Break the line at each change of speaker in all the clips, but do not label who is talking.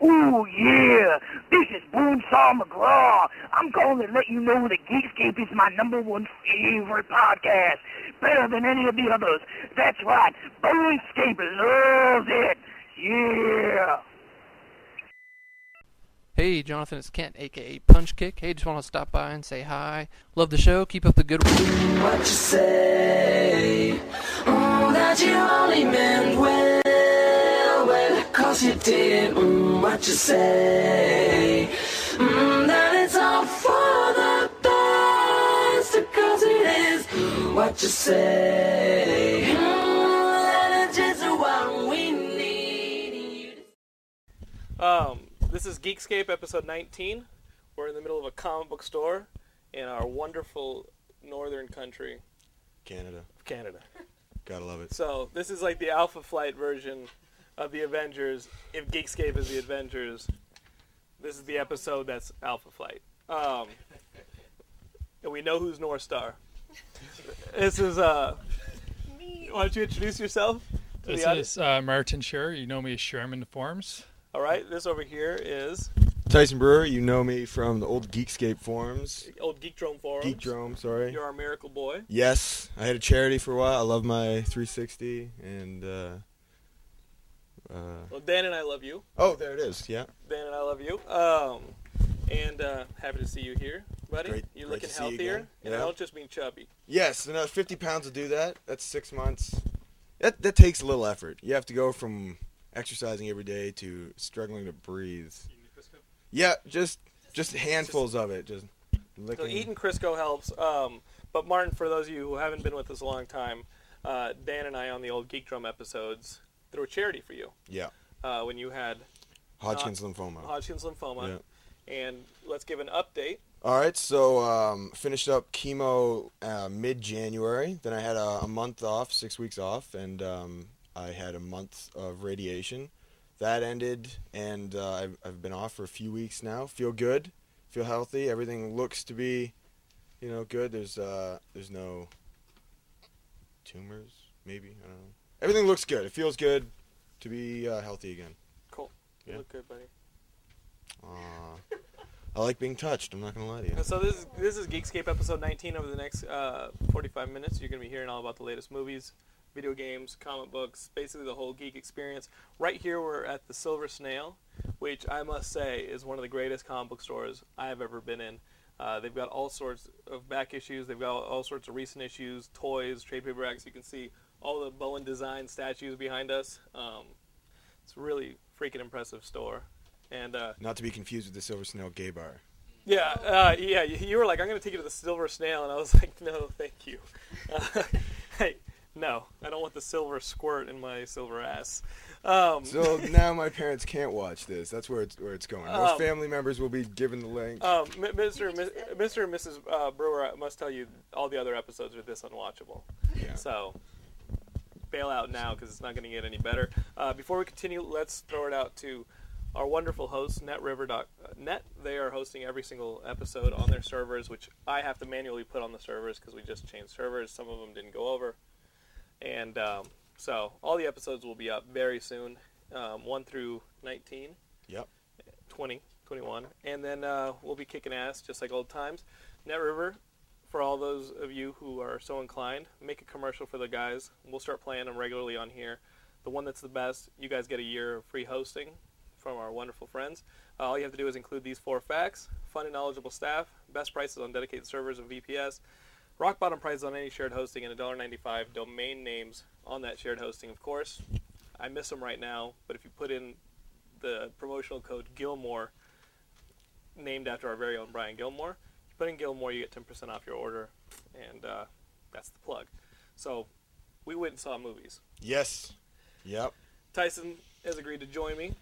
Ooh, yeah. This is Boomsaw McGraw. I'm calling to let you know that Geekscape is my number one favorite podcast. Better than any of the others. That's right. Boomscape loves it. Yeah.
Hey, Jonathan, it's Kent, aka Punch Kick. Hey, just want to stop by and say hi. Love the show. Keep up the good work.
what you say. Mm, that you only meant well, well, cause you did. Mm, what you say. Mm, that it's all for the best, cause it is. Mm, what you say. Mm, that it's just what we need. You to
Um, this is Geekscape episode 19. We're in the middle of a comic book store in our wonderful northern country
Canada.
of Canada.
Gotta love it.
So this is like the Alpha Flight version of the Avengers. If Geekscape is the Avengers, this is the episode that's Alpha Flight. Um, and we know who's North Star. This is uh. Why don't you introduce yourself? to
This
the audience?
is uh, Martin Scher. You know me as Sherman Forms.
All right. This over here is
Tyson Brewer, you know me from the old Geekscape forums.
old Geekdrome forums.
Geekdrome, sorry.
You're our miracle boy.
Yes, I had a charity for a while. I love my 360 and uh, uh,
Well, Dan and I love you.
oh, there it is. Yeah,
Dan and I love you. Um, and uh, happy to see you here, buddy.
Great-
You're
great
looking
to see you
healthier.
again.
and I
Yeah.
don't just mean chubby.
yes, another 50 pounds will do that. That's six months. That that takes a little effort. You have to go from exercising every day to struggling to breathe. Yeah, just just handfuls of it. Just
So
licking.
eating Crisco helps. Um, but Martin, for those of you who haven't been with us a long time, uh, Dan and I on the old Geek Drum episodes threw a charity for you
yeah,
uh, when you had
Hodgkin's lymphoma.
Hodgkin's lymphoma. And let's give an update.
All right, so um, finished up chemo uh, mid January. Then I had a, a month off, six weeks off, and um, I had a month of radiation. That ended, and uh, I've, I've been off for a few weeks now. Feel good, feel healthy. Everything looks to be, you know, good. There's uh, there's no tumors, maybe I don't know. Everything looks good. It feels good to be uh, healthy again.
Cool. You
Yeah.
look good, buddy.
I like being touched. I'm not gonna lie to you.
And so this is this is Geekscape episode 19. Over the next uh, 45 minutes, you're going to be hearing all about the latest movies, video games, comic books, basically the whole geek experience. Right here, we're at the Silver Snail, which I must say is one of the greatest comic book stores I have ever been in. Uh, they've got all sorts of back issues. They've got all sorts of recent issues, toys, trade paperbacks. You can see all the Bowen design statues behind us. Um, it's a really freaking impressive store. And uh,
Not to be confused with the Silver Snail Gay Bar.
yeah, uh, yeah. You you were like, I'm gonna take you to the Silver Snail, and I was like, No, thank you. Uh, hey, no, I don't want the silver squirt in my silver ass. Um,
So now my parents can't watch this. That's where it's where it's going. Most
Um,
family members will be given the link.
um, M- Mr. and Mis- Mr. and Mrs. Uh, Brewer, I must tell you, all the other episodes are this unwatchable.
Yeah.
So bail out now because it's not going to get any better. Uh, before we continue, let's throw it out to our wonderful host, netriver.net. They are hosting every single episode on their servers, which I have to manually put on the servers because we just changed servers. Some of them didn't go over. And um, so all the episodes will be up very soon, um, 1 through 19.
Yep.
20, 21. And then uh, we'll be kicking ass just like old times. Net River, for all those of you who are so inclined, make a commercial for the guys. We'll start playing them regularly on here. The one that's the best, you guys get a year of free hosting from from our wonderful friends. Uh, all you have to do is include these four facts: fun and knowledgeable staff, best prices on dedicated servers and VPS, rock bottom prices on any shared hosting, and $1.95 domain names on that shared hosting. Of course, I miss them right now, but if you put in the promotional code Gilmore, named after our very own Brian Gilmore, you put in Gilmore, you get 10% off your order, and uh, that's the plug. So we went and saw movies.
Yes. Yep.
Tyson has agreed to join me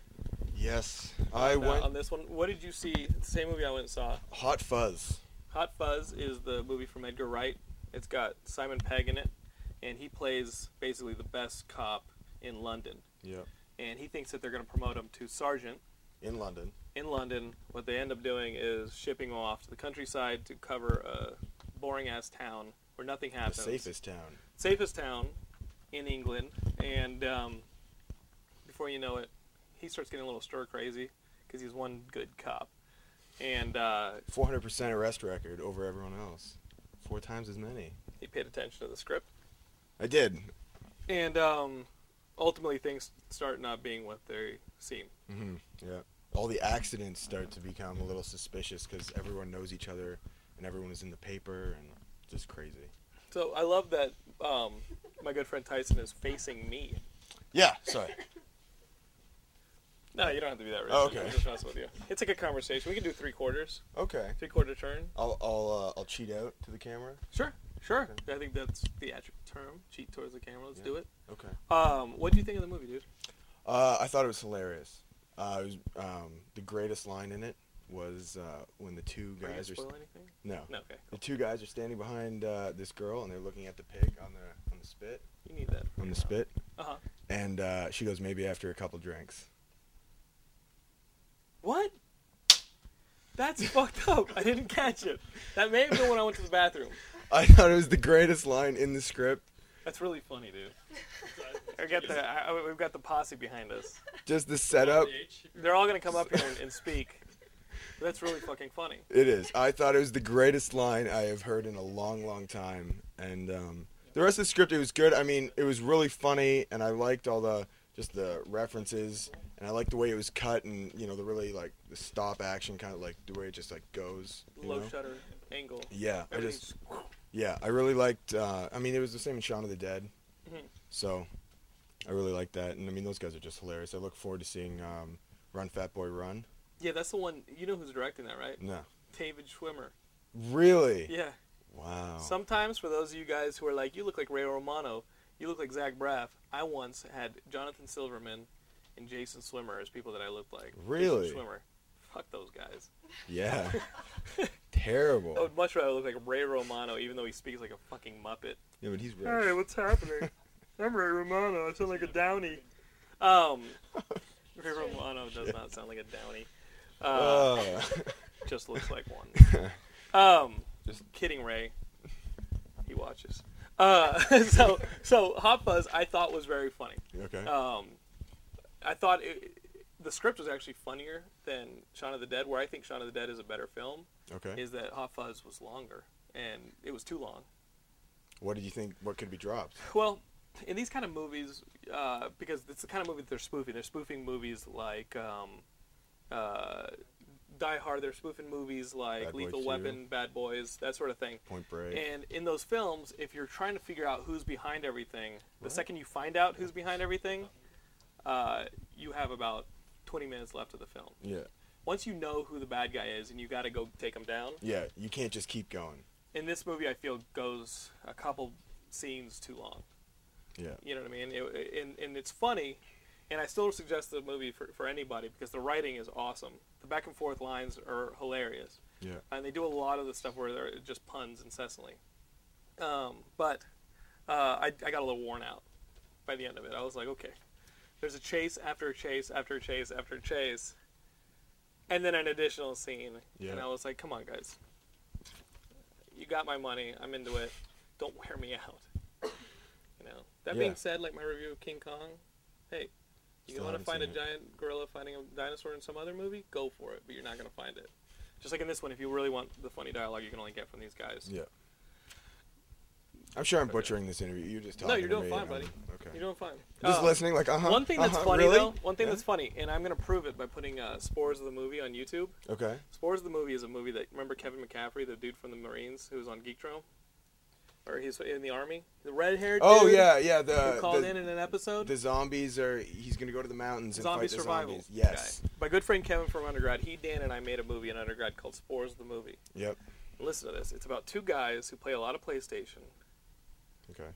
Yes. I
uh,
went
on this one. What did you see? The same movie I went and saw.
Hot Fuzz.
Hot Fuzz is the movie from Edgar Wright. It's got Simon Pegg in it, and he plays basically the best cop in London.
Yep.
And he thinks that they're going to promote him to sergeant
In London.
in London. What they end up doing is shipping him off to the countryside to cover a boring ass town where nothing
The
happens.
safest town.
safest town in England, and um, before you know it, he starts getting a little stir crazy because he's one good cop, and uh,
400% arrest record over everyone else. Four times as many.
he paid attention to the script,
I did.
and um, ultimately things start not being what they seem.
Yeah. All the accidents start to become a little suspicious because everyone knows each other and everyone is in the paper and just crazy.
So I love that um, my good friend Tyson is facing me.
Yeah, sorry.
No, you don't have to be that rich.
Oh, okay.
I'm just messing with you. It's a good conversation. We can do three quarters,
Okay.
three quarter turn.
I'll I'll uh, I'll cheat out to the camera.
Sure, sure. I think that's the theatrical term. Cheat towards the camera. Let's do it.
Okay.
Um, what do you think of the movie, dude?
Uh, I thought it was hilarious. Uh, it was, um, the greatest line in it was uh, when the two
Are you gonna
guys are
spoil
st-
anything?
no
No, okay.
the two guys are standing behind uh, this girl and they're looking at the pig on the on the spit
You need that.
on the spit
Uh huh.
and uh, she goes maybe after a couple drinks.
What? That's fucked up. I didn't catch it. That may have been when I went to the bathroom.
I thought it was the greatest line in the script.
That's really funny, dude. I got the, I, I- we've got the posse behind us.
Just the setup.
They're all gonna come up here and, and speak. That's really fucking funny.
It is. I thought it was the greatest line I have heard in a long, long time. And um, the rest of the script, it was good. I mean, it was really funny, and I liked all the just the references, and I liked the way it was cut, and you know, the really like the stop action kind of like the way it just like goes. you
Low
know?
shutter angle.
Yeah, I
Everything's-
just yeah, I really liked. Uh, I mean, it was the same in Shaun of the Dead,
Mm-hmm.
so I really liked that. And I mean, those guys are just hilarious. I look forward to seeing um, Run Fat Boy Run.
Yeah, that's the one. You know who's directing that, right?
No,
David Schwimmer.
really?
Yeah.
Wow.
Sometimes, for those of you guys who are like, you look like Ray Romano, you look like Zach Braff, I once had Jonathan Silverman and Jason Swimmer as people that I looked like.
Really?
Jason Swimmer. Fuck those guys.
Yeah.
I
Terrible.
would much rather look like Ray Romano, even though he speaks like a fucking Muppet.
Yeah, but he's rich.
what's happening? I'm Ray Romano. I sound like a Downey. Um, Ray Romano does not sound like a Downey. Uh,
Uh,
just looks like one. Um, just kidding, Ray. He watches. Uh, so so Hot Fuzz I thought was very funny.
okay.
Um, I thought it, the script was actually funnier than Shaun of the Dead, where I think Shaun of the Dead is a better film.
okay.
Is that Hot Fuzz was longer and it was too long.
what did you think? What could be dropped?
Well, in these kind of movies, uh, because it's the kind of movie that they're spoofing. They're spoofing movies like um, uh, Die Hard. They're spoofing movies like
Bad Boy
Lethal
2.
Weapon, Bad Boys, that sort of thing.
Point Break.
And in those films, if you're trying to figure out who's behind everything, the second you find out who's behind everything, uh, you have about 20 minutes left of the film.
Yeah.
Once you know who the bad guy is and you got to go take him down,
Yeah. You can't just keep going.
in this movie, I feel goes a couple scenes too long.
Yeah.
You know what I mean? It, and, and it's funny, and I still suggest the movie for, for anybody because the writing is awesome. The back and forth lines are hilarious.
Yeah.
And they do a lot of the stuff where they're just puns incessantly. Um, but uh, I, I got a little worn out by the end of it. I was like, okay, there's a chase after a chase after a chase after a chase, and then an additional scene.
Yeah.
And I was like, come on, guys. You got my money. I'm into it. Don't wear me out. You know. That
Yeah.
being said, like my review of King Kong, hey, you
Still
want to
haven't
find a
seen it.
giant gorilla fighting a dinosaur in some other movie? Go for it, but you're not gonna find it. Just like in this one, if you really want the funny dialogue, you can only get from these guys.
Yeah. I'm sure I'm butchering this interview. You're just talking.
No, you're
to
doing
me
fine,
and I'm-
buddy.
Okay.
You're doing fine.
just
Uh,
listening, like uh huh.
One thing that's funny
really?
though, one thing
Yeah?
that's funny, and I'm gonna prove it by putting uh, Spores of the movie on YouTube.
okay.
Spores of the movie is a movie that remember Kevin McCaffrey, the dude from the Marines who was on Geektron, or he's in the army, the red-haired.
Oh
dude
yeah, yeah. The
who called
the,
in in an episode.
the zombies are. He's gonna go to the mountains
zombie
and fight the
survival.
zombies. Yes.
guy. My good friend Kevin from undergrad, he, Dan, and I made a movie in undergrad called Spores of the movie.
Yep.
Listen to this. It's about two guys who play a lot of PlayStation.
Okay.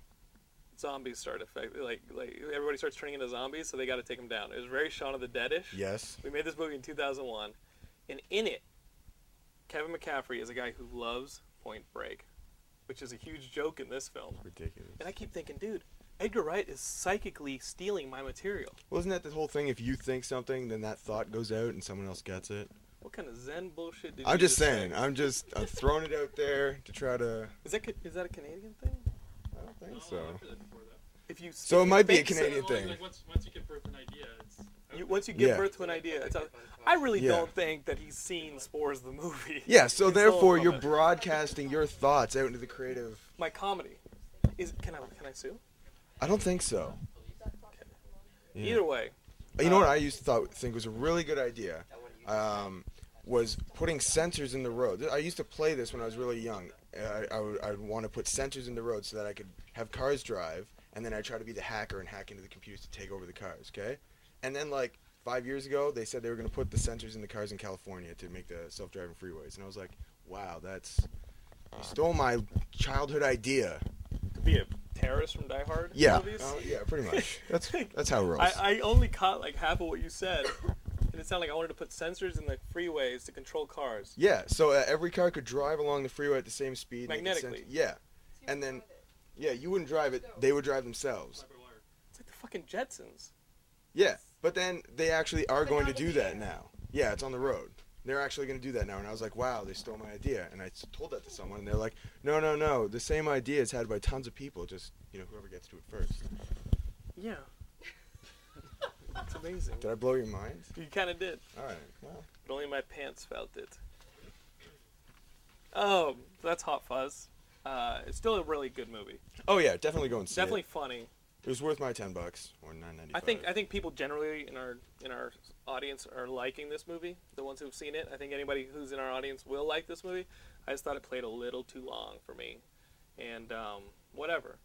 Zombies start affect like like everybody starts turning into zombies, so they got to take them down. It was very Shaun of the Dead-ish.
Yes.
We made this movie in 2001, and in it, Kevin McCaffrey is a guy who loves Point Break, which is a huge joke in this film.
Ridiculous.
And I keep thinking, dude, Edgar Wright is psychically stealing my material.
Well, isn't that the whole thing? If you think something, then that thought goes out and someone else gets it.
What kind of Zen bullshit did you
I'm just
say?
saying. I'm just I'm throwing it out there to try to.
Is that ca- is that a Canadian thing?
I don't think so.
If you
So it might be a
think so-
Canadian thing.
once, once you give birth an idea, it's
You, once you give
Yeah.
birth to an idea, it's a, I really
Yeah.
don't think that he's seen Spores the movie.
Yeah. So
He's
therefore,
stolen
you're
it.
broadcasting your thoughts out into the creative.
my comedy. Is can I can I sue?
I don't think so. Yeah.
Either way,
You know what I used to thought, think was a really good idea um, was putting sensors in the road. I used to play this when I was really young. I, I would, I would want to put sensors in the road so that I could have cars drive, and then I try to be the hacker and hack into the computers to take over the cars. Okay, and then like five years ago, they said they were going to put the sensors in the cars in California to make the self-driving freeways, and I was like, wow, that's you stole my childhood idea.
to be a terrorist from Die Hard.
Yeah,
Movies,
Oh, yeah, pretty much. That's that's how it rolls.
I, I only caught like half of what you said, and it sounded like I wanted to put sensors in the freeways to control cars.
Yeah, so uh, every car could drive along the freeway at the same speed. and they could
Magnetically.
sense- yeah, and then, yeah, you wouldn't drive it; they would drive themselves.
It's like the fucking Jetsons.
Yeah, but then they actually are going to do that now. Yeah, it's on the road. They're actually going to do that now, and I was like, "Wow, they stole my idea." And I s- told that to someone, and they're like, "No, no, no. The same idea is had by tons of people. Just you know, whoever gets to it first.
Yeah. it's amazing.
Did I blow your mind?
You kind of did.
All right. Well,
but only my pants felt it. Oh, that's Hot Fuzz. Uh, it's still a really good movie.
oh yeah, definitely go and see
Definitely
it.
funny.
It was worth my ten bucks or nine ninety
I
five.
think I think people generally in our in our audience are liking this movie. The ones who've seen it, I think anybody who's in our audience will like this movie. I just thought it played a little too long for me, and um, whatever.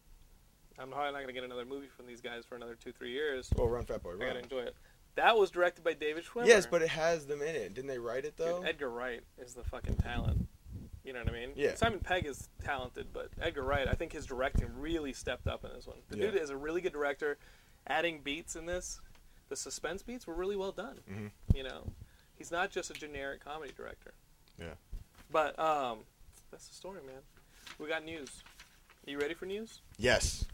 I'm probably not gonna get another movie from these guys for another two three years.
Well, Oh, run, Fat
I
Boy,
gotta
run.
enjoy it. That was directed by David Schwimmer.
Yes, but it has them in it. Didn't they write it though?
Dude, Edgar Wright is the fucking talent. You know what I mean?
Yeah.
Simon Pegg is talented, but Edgar Wright, I think his directing really stepped up in this one. The
Yeah.
dude is a really good director. Adding beats in this, the suspense beats were really well done.
Mm-hmm.
You know, he's not just a generic comedy director.
yeah.
But um, that's the story, man. We got news. Are you ready for news?
Yes.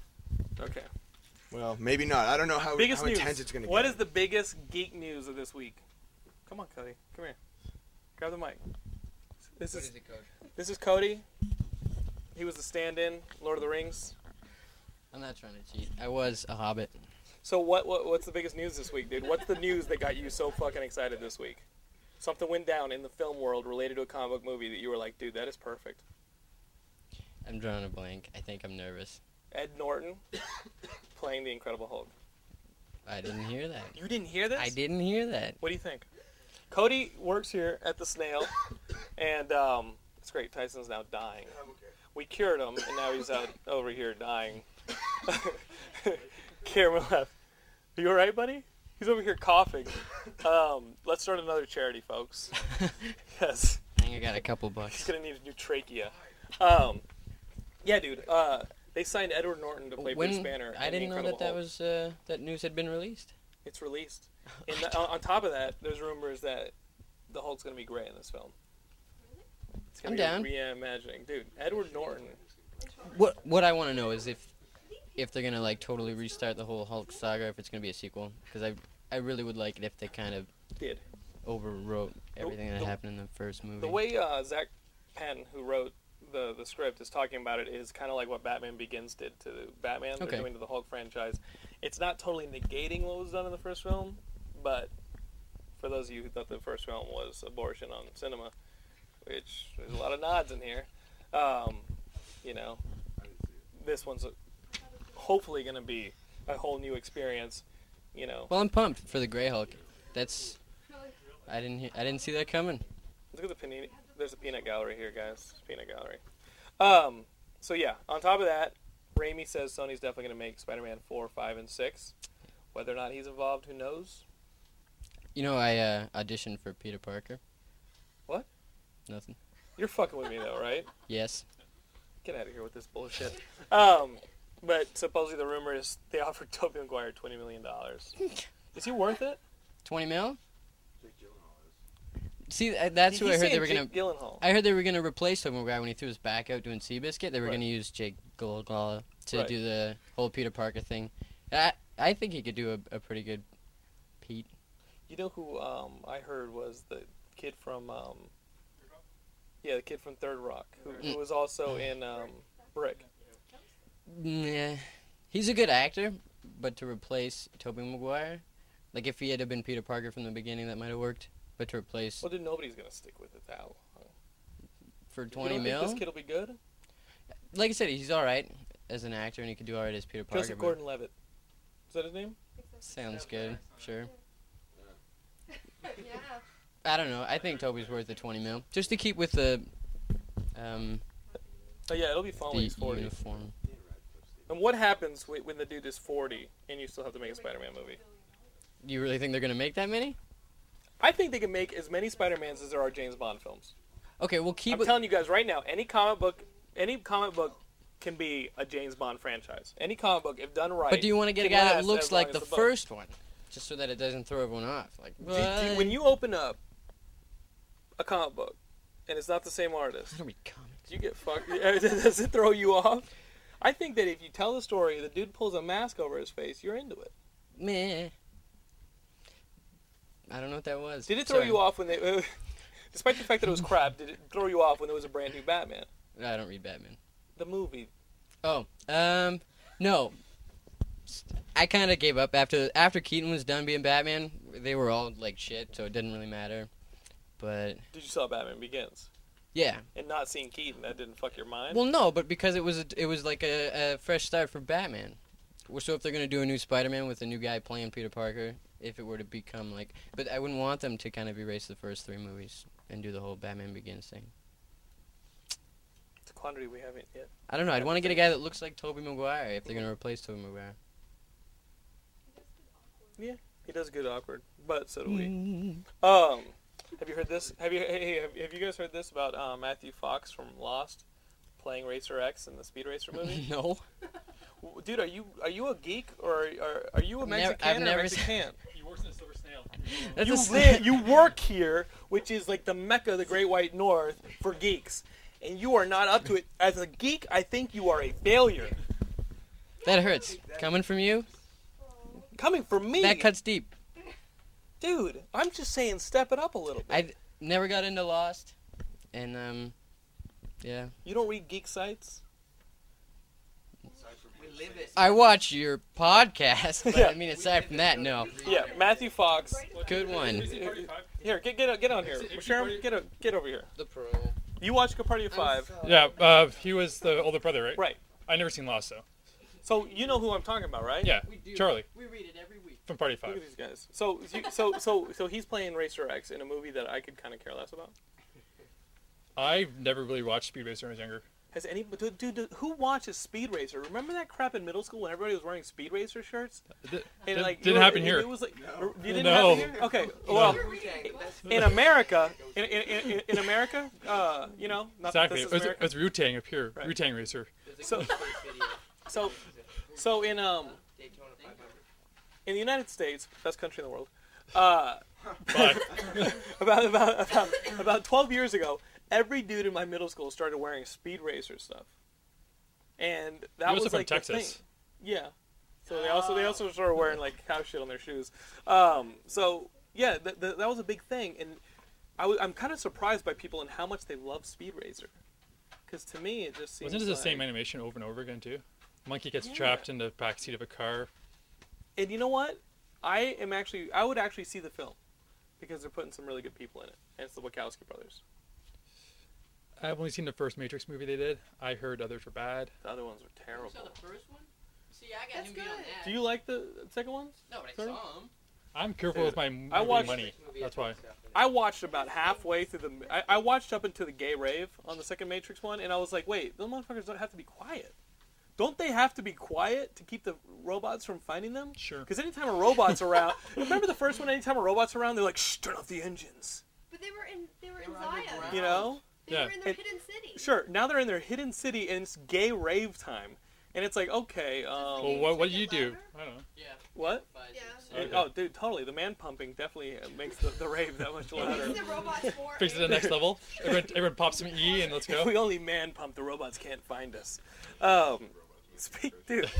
Okay.
Well, maybe not. I don't know how,
Biggest
how
news.
intense it's going to get.
What is the biggest geek news of this week? Come on, Cody. Come here. Grab the mic. This is
it, Coach?
This is Cody. He was the stand-in, Lord of the Rings.
I'm not trying to cheat. I was a hobbit.
So what, what? What's the biggest news this week, dude? What's the news that got you so fucking excited this week? Something went down in the film world related to a comic book movie that you were like, dude, that is perfect.
I'm drawing a blank. I think I'm nervous.
Ed Norton playing the Incredible Hulk.
I didn't hear that.
You didn't hear this?
I didn't hear that.
What do you think? Cody works here at the Snail, and um, it's great. Tyson's now dying. We cured him, and now he's out over here dying. Camera left. Are you all right, buddy? He's over here coughing. Um, let's start another charity, folks. yes,
I think I got a couple
he's
bucks.
gonna need a new trachea. Um, yeah, dude. Uh, they signed Edward Norton to play Bruce
When
Banner.
I
in The
didn't know
Incredible
that that
Hulk.
was uh, that news had been released.
It's released. And th- on on top of that, there's rumors that the Hulk's gonna be gray in this film. It's
I'm
gonna
down.
be a reimagining, dude. Edward Norton.
What what I want to know is if if they're gonna like totally restart the whole Hulk saga, if it's gonna be a sequel, because I I really would like it if they kind of
Did
overwrote everything that
the-
happened in the first movie.
the way uh, Zach Penn, who wrote the the script, is talking about it is kind of like what Batman Begins did to Batman. They're
Okay.
doing to the Hulk franchise. It's not totally negating what was done in the first film, but for those of you who thought the first film was abortion on cinema, which there's a lot of nods in here, um, you know, this one's hopefully going to be a whole new experience. You know,
Well, I'm pumped for the Grey Hulk. That's I didn't hear, I didn't see that coming.
Look at the panini. There's a peanut gallery here, guys. Peanut gallery. Um. So yeah. On top of that, Raimi says Sony's definitely going to make Spider-Man four, five, and six. Whether or not he's involved, who knows?
You know, I uh, auditioned for Peter Parker.
What?
Nothing.
You're fucking with me though, right?
Yes.
Get out of here with this bullshit. Um. But supposedly the rumor is they offered Tobey Maguire twenty million dollars. Is he worth it?
Twenty mil. See, uh, that's
He-
who I
he's
heard they
saying
were gonna.
Jake Gyllenhaal.
I heard they were gonna replace him guy when he threw his back out doing Seabiscuit. They were
Right.
gonna use Jake Gyllenhaal to
Right.
do the whole Peter Parker thing. I I think he could do a, a pretty good Pete.
You know who um, I heard was the kid from um, yeah, the kid from Third Rock, who,
Mm.
who was also in um, Brick.
Nah, he's a good actor, but to replace Tobey Maguire, like if he had been Peter Parker from the beginning, that might have worked. But to replace
Well, dude, nobody's gonna stick with it that long.
for
You don't
twenty
think
mil,
This kid'll be good.
like I said, he's all right as an actor, and he could do all right as Peter Parker.
Joseph
but
Gordon-Levitt. Is that his name?
Sounds good. Sure. I don't know. I think Toby's worth the twenty mil, just to keep with the um
Oh yeah, it'll be fun when
the
he's forty.
uniform.
And what happens wh- when the dude is forty and you still have to make a Spider-Man movie?
You really think they're gonna make that many?
I think they can make as many Spider-Mans as there are James Bond films.
Okay, we'll keep.
I'm
it-
telling you guys right now, any comic book, any comic book can be a James Bond franchise. Any comic book, if done right.
but do you want to get a
can
guy that
last
looks
as long
like
as
the
book.
first one, just so that it doesn't throw everyone off? Like,
Do- do-
what?
when you open up a comic book and it's not the same artist,
I don't read comics.
do you get fucked? Does it throw you off? I think that if you tell the story, the dude pulls a mask over his face, you're into it.
Meh. I don't know what that was.
Did it throw
Sorry.
you off when they, despite the fact that it was crap, did it throw you off when there was a brand new Batman?
I don't read Batman.
The movie.
Oh, um, no. I kind of gave up after after Keaton was done being Batman. They were all like shit, so it didn't really matter. But
Did you saw Batman Begins?
yeah,
And not seeing Keaton, that didn't fuck your mind?
well, no, but because it was a, it was like a, a fresh start for Batman. Well, So if they're gonna do a new Spider-Man with a new guy playing Peter Parker, if it were to become like, but I wouldn't want them to kind of erase the first three movies and do the whole Batman Begins thing.
it's a quantity we haven't yet.
I don't know. I'd want to get a guy that looks like Tobey Maguire if they're gonna replace Tobey Maguire.
He does good awkward, but so do we. Um, have you heard this? Have you hey, have, have you guys heard this about uh, Matthew Fox from Lost playing Racer X in the Speed Racer movie?
no.
W- Dude, are you are you a geek or are, are you a
Never-
Mexican
I've
or
never s-
Mexican?
He works in a silver snail.
That's
you
a s-
live, you work here, which is like the mecca of the Great White North for geeks, and you are not up to it. As a geek, I think you are a failure.
That hurts. Coming from you,
Coming from me,
that cuts deep.
dude. I'm just saying, step it up a little bit.
I never got into Lost, and um, yeah.
You don't read geek sites.
I watch your podcast, but
Yeah.
I mean, aside from that, no.
Yeah, Matthew Fox.
Good one.
Here, get get get on here. Sharon, get o- get over here.
The pro.
You watched a party of five,
Yeah, uh, he was the older brother, right?
right?
I never seen Lost though.
So you know who I'm talking about, right?
Yeah, Charlie
We read it every week.
from Party
Look
Five.
at these guys. So you- so so so he's playing Racer X in a movie that I could kind of care less about.
I've never really watched Speed Racer when I was younger.
Has any dude, dude, dude, who watches Speed Racer? Remember that crap in middle school when everybody was wearing Speed Racer shirts?
Uh, Th-
And
th-
like
didn't
you-
happen
it-
here.
It was like you didn't
No.
happen here. Okay, well, in America, in in, in, in America, uh, you know, not that this
exactly. It
is
was,
America.
it was Wu-Tang up here.
Right.
Wu-Tang Racer.
So, so, so in um, in the United States, best country in the world, uh,
But
about about about about twelve years ago, every dude in my middle school started wearing Speed Racer stuff, and that
You also
was
from
like
Texas.
the thing. Yeah. So they also they also started wearing like cow shit on their shoes. Um, so yeah, th- th- that was a big thing, and I w- I'm kind of surprised by people and how much they love Speed Racer, because to me it just seems
wasn't it the
like...
same animation over and over again too? Monkey gets trapped in the backseat of a car.
And you know what? I am actually I would actually see the film because they're putting some really good people in it, and it's the Wachowski brothers.
I've only seen the first Matrix movie they did. I heard others were bad.
The other ones were terrible.
first one? See, I got
That's
newbie on
good.
that.
Do you like the second ones?
No, but I
Third?
saw him.
I'm careful with my movie
watched-
money. That's why.
I watched about halfway through the. I, I watched up into the gay rave on the second Matrix one, and I was like, wait, those motherfuckers don't have to be quiet. Don't they have to be quiet to keep the robots from finding them?
Sure.
Because anytime a robot's around, remember the first one? Anytime a robot's around, they're like, shh, turn off the engines.
But they were in they were in
were
Zion.
underground.
You know?
They
Yeah.
were in their
It-
hidden city.
Sure. Now they're in their hidden city, and it's gay rave time, and it's like, okay,
Well,
um,
what, what did you do?
Louder?
I don't know.
Yeah.
what?
Pfizer.
Yeah.
Okay.
Oh, dude, totally. The man pumping definitely makes the, the rave that much louder.
It's the robots more
Fix it to the next level. Everyone, everyone pops some E and let's
If
go.
we only man pump, the robots can't find us. Um, speak, dude.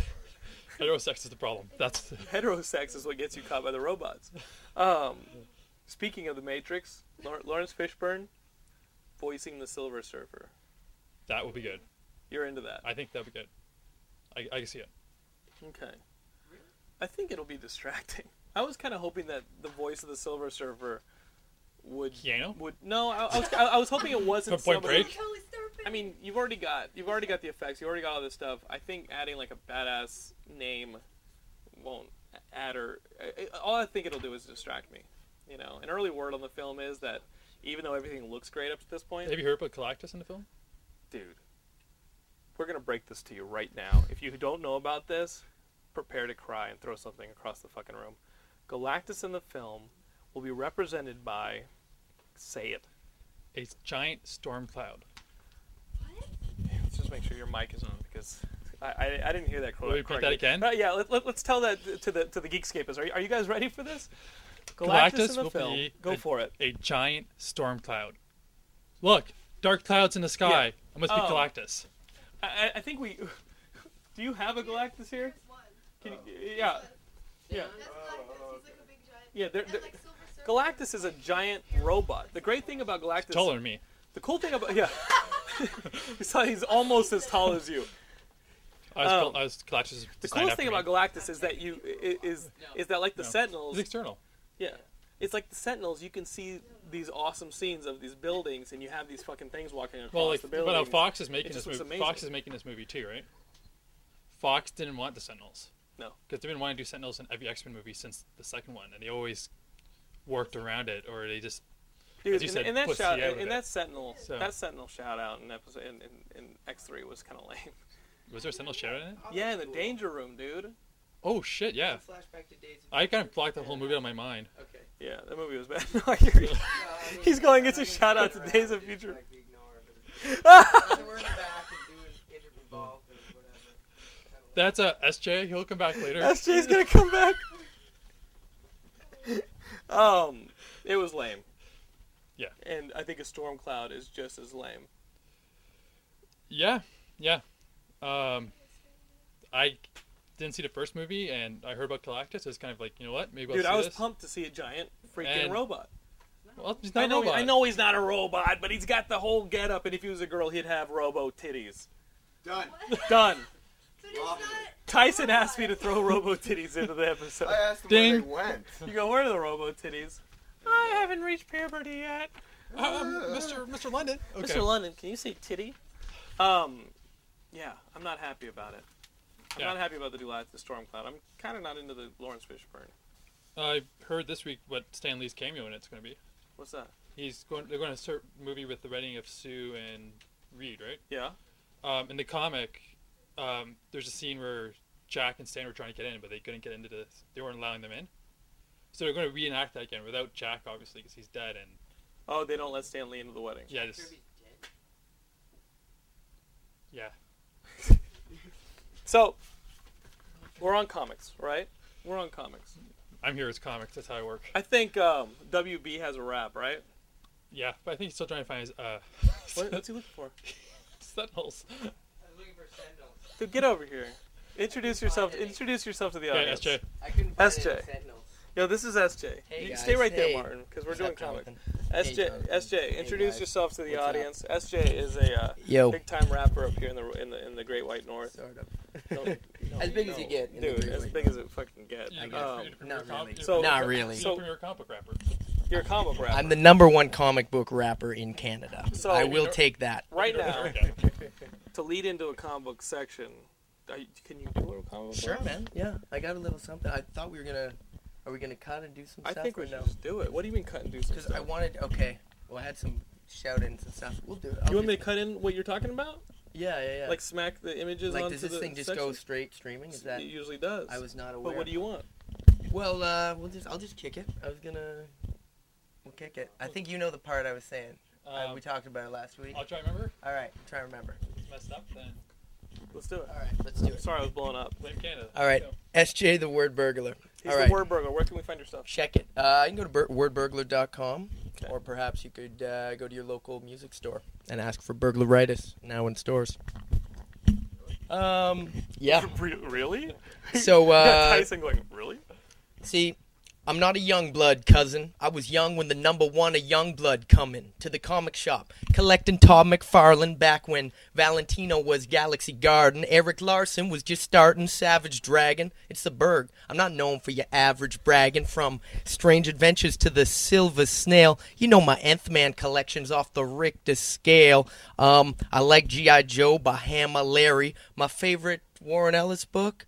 Heterosex is the problem. That's the,
Heterosex is what gets you caught by the robots. Um, speaking of the Matrix, Lawr- Lawrence Fishburne voicing the Silver Surfer.
that would be good.
You're into that,
I think that would be good. I, I can see it.
okay? I think it'll be distracting. I was kind of hoping that the voice of the Silver Surfer would
Keanu?
would no. I, I was I, I was hoping it wasn't
From Point
somebody-
Break?
totally stupid.
I mean, you've already got you've already got the effects. You already got all this stuff. I think adding like a badass name won't add or I- I- all I think it'll do is distract me. You know, an early word on the film is that even though everything looks great up to this point,
Have you heard about Galactus in the film?
dude, we're gonna break this to you right now. If you don't know about this, prepare to cry and throw something across the fucking room. Galactus in the film will be represented by, say it.
A giant storm cloud.
Let's just make sure your mic is on because I, I, I didn't hear that correctly.
Will you repeat that again?
Uh, yeah, let, let, us tell that to the to the Geekscapists. Are you, are you guys ready for this? in the
will
film.
be
Go
a-
for it.
A giant storm cloud. Look, dark clouds in the sky. It must be
Oh.
Galactus.
I, I- I think we. Do you have a Galactus
There's
here?
one.
Can you, yeah, yeah.
That's Galactus. He's like a big giant.
Yeah, they're-
and
they're-
like Silver Surfer.
Galactus is a giant robot. The great thing about Galactus.
Taller than me.
The cool thing about yeah. he's, he's almost as tall as you.
I was,
Oh.
Gal- I was Galactus.
The coolest thing about Galactus is that you i- i- is is that like the Sentinels.
He's external.
Yeah. It's like the Sentinels, you can see these awesome scenes of these buildings and you have these fucking things walking across
Well, like,
the
but
building.
now Fox is making
It just looks
this movie.
amazing.
Fox is making this movie too, right? Fox didn't want the Sentinels
No.
because they've been wanting to do Sentinels in every X Men movie since the second one, and they always worked around it, or they just
Dude,
you
and,
said,
and that
puts the
shout
out
and,
of
and
it.
that Sentinel
So-
that Sentinel shout out in episode in, in, in X three was kinda lame.
was there a Sentinel shadow in it?
yeah, in the danger room, dude.
Oh shit, yeah.
Flashback to days of-
I kind of blocked the whole movie out of my mind.
Okay.
Yeah, that movie was bad. No, I hear you. He's going, it's a shout out to Days of Future.
That's a SJ. He'll come back later.
SJ's gonna come back. um it was lame.
Yeah.
And I think a storm cloud is just as lame.
yeah, yeah. Um, I didn't see the first movie, and I heard about Galactus. I was kind of like, you know what? Maybe I'll
Dude,
see
I was
this.
pumped to see a giant freaking
And-
robot.
Well, he's not
I
a
know,
robot.
I know he's not a robot, but he's got the whole getup, and if he was a girl, he'd have robo titties.
Done.
Done.
But he's not.
Tyson asked me to throw robo titties into the episode.
I asked them
Ding.
where they went.
You go, where are the robo titties? I haven't reached puberty yet.
Um, Mr. Mr. London. Okay.
Mr. London, can you say titty? Um, yeah, I'm not happy about it. I'm
Yeah.
not happy about the Dulat, the storm cloud. I'm kind of not into the Lawrence Fishburne.
I heard this week what Stan Lee's cameo in it's going to be.
What's that?
He's going. They're going to start a movie with the writing of Sue and Reed, right?
Yeah.
Um, in the comic, um, there's a scene where Jack and Stan were trying to get in, but they couldn't get into the. They weren't allowing them in. So they're going to reenact that again without Jack, obviously, because he's dead. And
Oh, they don't let Stan Lee into the wedding.
yeah, just, yeah.
So, we're on comics, right? We're on comics.
I'm here as comics. That's how I work.
I think um, WB has a rap, right?
Yeah, but I think he's still trying to find his uh,
What, what's he looking for?
sentinels.
Dude, get over here. Introduce yourself. Introduce yourself to the
Yeah,
audience.
SJ.
I couldn't
find it in SJ. Yo, this is SJ.
Hey,
you
guys.
stay right
Hey.
there, Martin, because we're doing comics.
Hey,
SJ,
Jonathan.
SJ,
Hey,
introduce
guys.
yourself to the
What's up?
audience. SJ is a uh,
Yo.
big time rapper up here in the in the in the Great White North.
Sort of.
No, no,
As big as
no.
you get in the
dude.
Great
As
White
big as it fucking get.
Yeah,
Um,
you're a
Not
com-
really.
you're a
so-
Not really.
premier comic rapper.
You're a comic book rapper.
I'm the number one comic book rapper in Canada.
So-
I will take that.
Right now, to lead into a comic book section, are you- can you do a little comic book?
Sure,
rap?
man. Yeah, I got a little something. I thought we were gonna. Are we gonna cut and do some
I
stuff?
think we
or
should
no?
just do it. What do you mean cut and do some
Because
stuff?
I wanted. Okay. Well, I had some shout ins and stuff. We'll do it. I'll
you want
do
me
it.
to cut in what you're talking about?
Yeah, yeah, yeah.
Like smack the images
Like,
onto
does this
the
thing just
section?
go straight streaming? Is that?
It usually does.
I was not
But
aware.
what do you want?
Well, uh, we'll just. I'll just kick it. I was gonna. We'll kick it. I think you know the part I was saying. Uh,
Um,
we talked about it last week.
I'll try to remember.
All right. Try to remember.
It's messed up then.
Let's do it.
All right. Let's do it.
Sorry, I was blowing up.
Blame Canada.
All right. SJ the word burglar.
He's
All
the
right.
word burger. Where can we find your stuff?
Check it. Uh, you can go to bur- wordburglar.com,
Okay.
or perhaps you could uh, go to your local music store and ask for burglaritis now in stores. Um, yeah.
Re- really?
So uh,
Tyson going really?
see, I'm not a young blood cousin. I was young when the number one of young blood coming to the comic shop, collecting Todd McFarlane back when Valentino was Galaxy Garden, Eric Larson was just starting Savage Dragon. It's the Berg. I'm not known for your average bragging from Strange Adventures to the Silver Snail. You know my Nth Man collections off the Richter scale. Um, I like G.I. Joe by Hammer Larry. My favorite Warren Ellis book.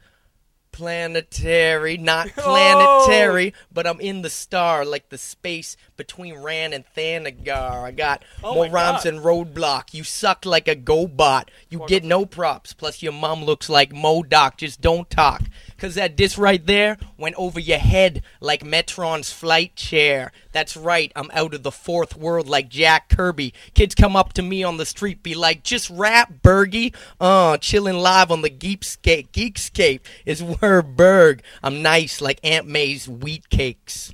Planetary, not
Oh.
planetary, but I'm in the star, like the space between Ran and Thanagar. I got
Oh
more
my
rhymes
God.
than Roadblock. You suck like a GoBot. You get no props. Plus, your mom looks like Modoc. Just don't talk. Cause that diss right there went over your head like Metron's flight chair. That's right, I'm out of the fourth world like Jack Kirby. Kids come up to me on the street, be like, just rap, Bergie. Uh, chilling live on the Geekscape. Geekscape is where Berg. I'm nice like Aunt May's wheat cakes.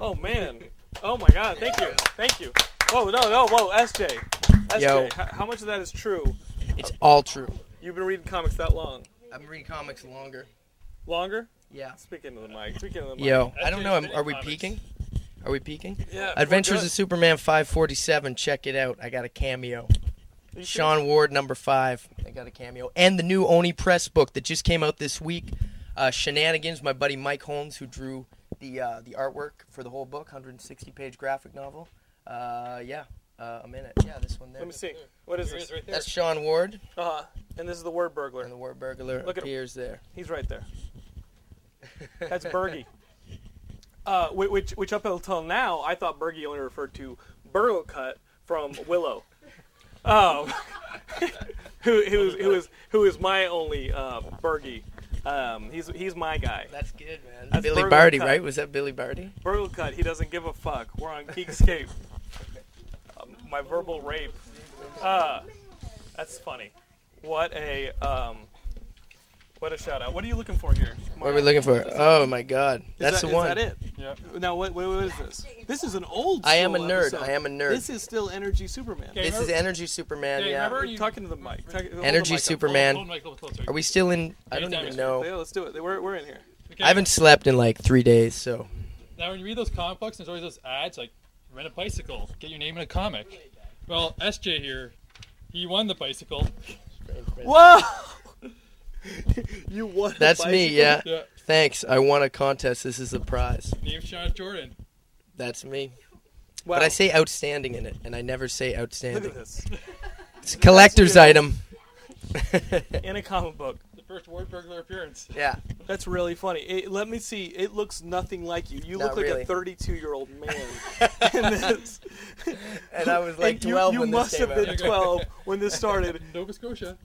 Oh man. Oh my God. Thank you. Thank you. Whoa, no, no, whoa, SJ. SJ,
Yo.
h- how much of that is true?
It's all true.
You've been reading comics that long?
I've been reading comics longer.
Longer?
Yeah.
Speaking to the mic. Speaking to the mic.
Yo, I don't know.
Actually,
am- Are we
comics.
peaking? Are we peaking?
Yeah. we're
Adventures
good.
of Superman 547. Check it out. I got a cameo.
You see-
Sean Ward, number five. I got a cameo. And the new Oni Press book that just came out this week. Uh, Shenanigans, my buddy Mike Holmes, who drew the uh, the artwork for the whole book, 160 page graphic novel. Uh, yeah, uh, I'm in it. Yeah, this one there.
Let me see. What is
Here it
this?
is right there.
That's Sean Ward,
Uh, and this is the word burglar.
and the word burglar
Look at him.
appears there.
He's right there. That's Bergie. Uh, whi- which, which up until now, I thought Bergie only referred to Burgle Cut from Willow. Um, who, who, is, who, is, who is my only uh, Bergie. Um, he's, he's my guy.
That's good, man.
That's
Billy
Burglar
Barty,
Cut.
right? Was that Billy Barty?
Burgle Cut, he doesn't give a fuck. We're on Geekscape. um, my verbal rape. Uh, that's funny. What a um, what a shout out. What are you looking for here?
What are we looking for? Oh my God,
Is
that's
that-
the one.
Is that it? Yeah. Now what, what, what is this? This is an old.
I am a
school
nerd.
episode.
I am a nerd.
This is still Energy Superman.
Okay,
This is
remember-
Energy Superman.
Yeah,
Yeah.
remember you-
Talking to the mic. Talk- hold the
Energy
mic up.
Superman.
Hold, hold Mike a little closer.
Are we still in? I
Yeah,
don't
yeah,
even
Mr.
know.
Yeah, let's do it. We're, we're in here.
Okay.
I haven't slept in like three days, so
Now, when you read those comic books, there's always those ads like, rent a bicycle, get your name in a comic. Well, SJ here, he won the bicycle.
Whoa! you won. a
that's me.
bicycle?
Yeah.
Yeah,
Thanks. I won a contest. This is the prize.
name's Sean Jordan.
That's me.
Wow.
But I say outstanding in it, and I never say
Look
outstanding.
at this.
It's a collector's
That's
item.
In a comic book.
The first word burglar appearance.
yeah.
That's really funny. It, let me see. It looks nothing like you. You
Not
look like
really.
a 32 year old man. in this.
And I was like
And you-
12
you
when this
must
came
have been
out.
12 when this started.
Nova Scotia.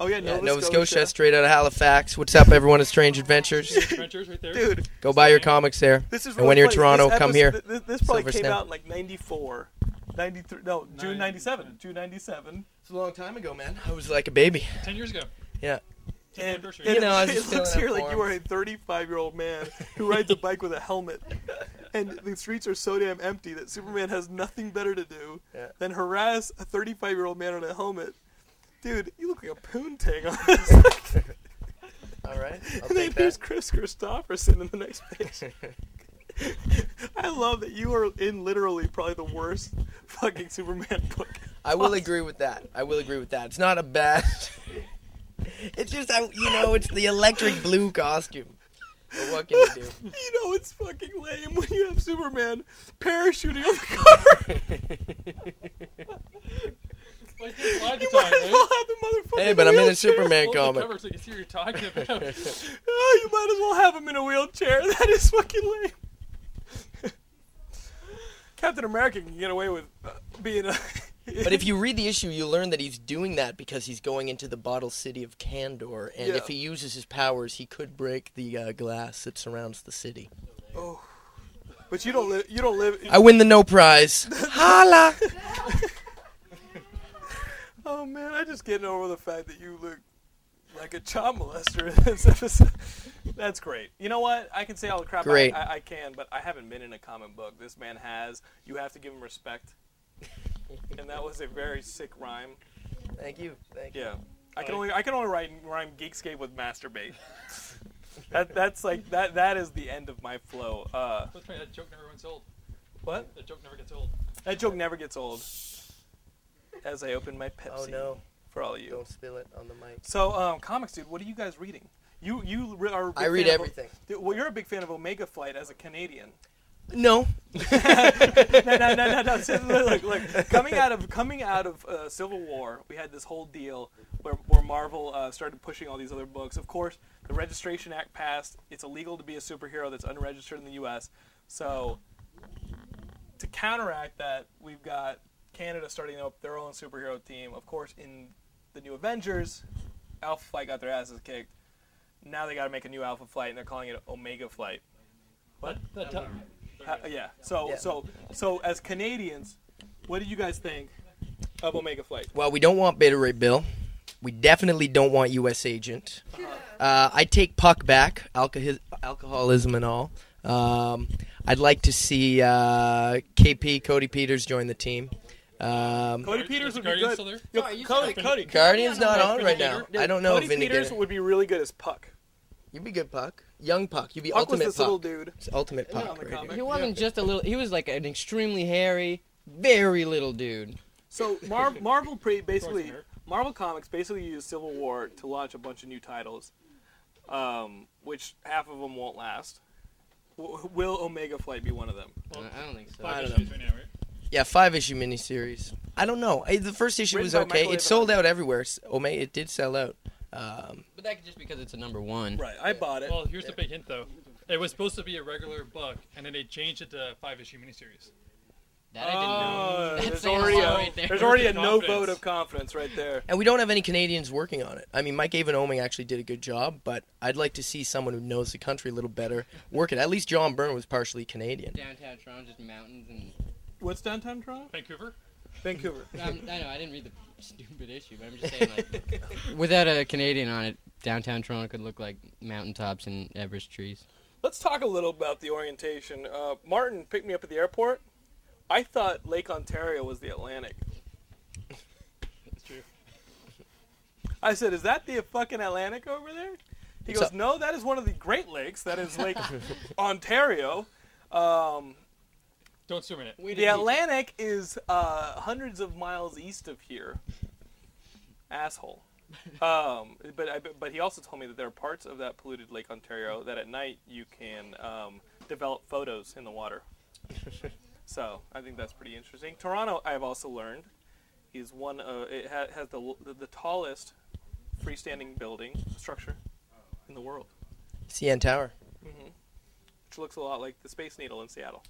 Oh yeah,
Yeah,
Nova,
Nova Scotia, straight out of Halifax. What's up, everyone? It's Strange Adventures.
Adventures right there.
Dude,
Go buy your comics there.
This is
and
really
when you're in
funny.
Toronto,
This
come
episode-
here.
th- th- This probably
Silver
came
Snail.
out in like 94, 93, no, June 97, June 97.
It's a long time ago, man. I was like a baby.
10 years ago.
Yeah.
And,
anniversary.
and
You know, I was
it
just
looks
filling
here
out
like you are a 35 year old man who rides a bike with a helmet. And the streets are so damn empty that Superman has nothing better to do
Yeah.
than harass a 35 year old man in a helmet. Dude, you look like a poontang on this.
All right. I'll
and then
take
here's
that.
Chris Christopherson in the next page. I love that you are in literally probably the worst fucking Superman book.
I will agree with that. I will agree with that. It's not a bad. it's just I, you know, it's the electric blue costume. But what can you do?
You know it's fucking lame when you have Superman parachuting on the car.
Like, it's live
You
time,
might as
right?
well have the motherfucker
Hey, but I'm in a
wheelchair.
Superman
Hold the
comic.
cover so you can see what you're talking about.
Oh, you might as well have him in a wheelchair. That is fucking lame. Captain America can get away with uh, being a.
But if you read the issue, you learn that he's doing that because he's going into the bottle city of Candor, and
Yeah.
if he uses his powers, he could break the uh, glass that surrounds the city.
Oh. But you don't live. You don't live.
I win the no prize. Holla!
oh man, I'm just getting over the fact that you look like a child molester in this episode. That's great. You know what? I can say all the crap I-
Great.
I, I can, but I haven't been in a comic book. This man has. You have to give him respect. and that was a very sick rhyme.
Thank you. Thank
Yeah. I can only I can only rhyme, rhyme Geekscape with masturbate. that that's like that that is the end of my flow. Uh,
That's funny, that joke never gets old.
What?
That joke never gets old.
that joke never gets old. As I open my
Oh
Pepsi
no!
for all you.
Don't spill it on the mic.
So, um, comics, dude, what are you guys reading? You you re- are. a big
I read
fan of-
everything.
Dude, well, you're a big fan of Omega Flight as a Canadian.
No.
No, no, no, no, no. So, Look, look, look. Coming out of coming out of uh, Civil War, we had this whole deal where where Marvel uh, started pushing all these other books. Of course, the Registration Act passed. It's illegal to be a superhero that's unregistered in the U.S. So, to counteract that, we've got Canada starting up their own superhero team. Of course, in the new Avengers, Alpha Flight got their asses kicked. Now they got to make a new Alpha Flight, and they're calling it Omega Flight. What?
That time.
Uh, yeah. So
Yeah.
so so as Canadians, what do you guys think of Omega Flight?
Well, we don't want Beta Ray Bill. We definitely don't want U.S. Agent. Uh, I take Puck back, alcohol- alcoholism and all. Um, I'd like to see uh, KP Cody Peters join the team. Um,
Cody
Is
Peters would be
Guardians
good.
still there?
Yo,
Sorry, you
Cody,
said-
Cody,
Guardian's not on right now.
Vindicator?
I don't know if
Cody Peters
Vindicator.
would be really good as Puck.
You'd be good, Puck. Young Puck. You'd be
Puck was
ultimate
this little
Puck.
dude.
It's ultimate
Yeah,
Puck.
on the
right here.
comic.
He wasn't just a little. He was like an extremely hairy, very little dude.
So Mar- Marvel pre- basically
America.
Marvel Comics basically used Civil War to launch a bunch of new titles, um, which half of them won't last. W- will Omega Flight be one of them?
I I don't think so.
Five
don't
issues right now, right?
Yeah, five issue miniseries. I don't know. I, the first issue
Written
was
by
okay.
Michael
It
Avon.
sold out everywhere. S- Omega, it did sell out. Um,
But that could just because it's a number one.
Right, I bought it.
Well, here's the big hint, though. It was supposed to be a regular book, and then they changed it to a five issue miniseries.
That I didn't know. That's
there's
saying a
already
lot
a,
right there.
there's already a no
Confidence.
vote of confidence right there.
and we don't have any Canadians working on it. I mean, Mike Avon-Oming actually did a good job, but I'd like to see someone who knows the country a little better work it. At least John Byrne was partially Canadian.
Downtown Toronto, just mountains and.
What's downtown Toronto?
Vancouver?
Vancouver.
Um, I know I didn't read the stupid issue, but I'm just saying like, without a Canadian on it, downtown Toronto could look like mountaintops and Everest trees.
Let's talk a little about the orientation. Uh, Martin picked me up at the airport. I thought Lake Ontario was the Atlantic.
That's true.
I said, "Is that the fucking Atlantic over there?" He
It's
goes,
a-
"No, that is one of the Great Lakes. That is Lake Ontario.
Don't swim in it.
Wait
The Atlantic is uh, hundreds of miles east of here." Asshole. Um, but I, but he also told me that there are parts of that polluted Lake Ontario that at night you can um, develop photos in the water. So I think that's pretty interesting. Toronto, I've also learned, is one of it ha- has the, l- the the tallest freestanding building structure in the world,
CN Tower.
which looks a lot like the Space Needle in Seattle.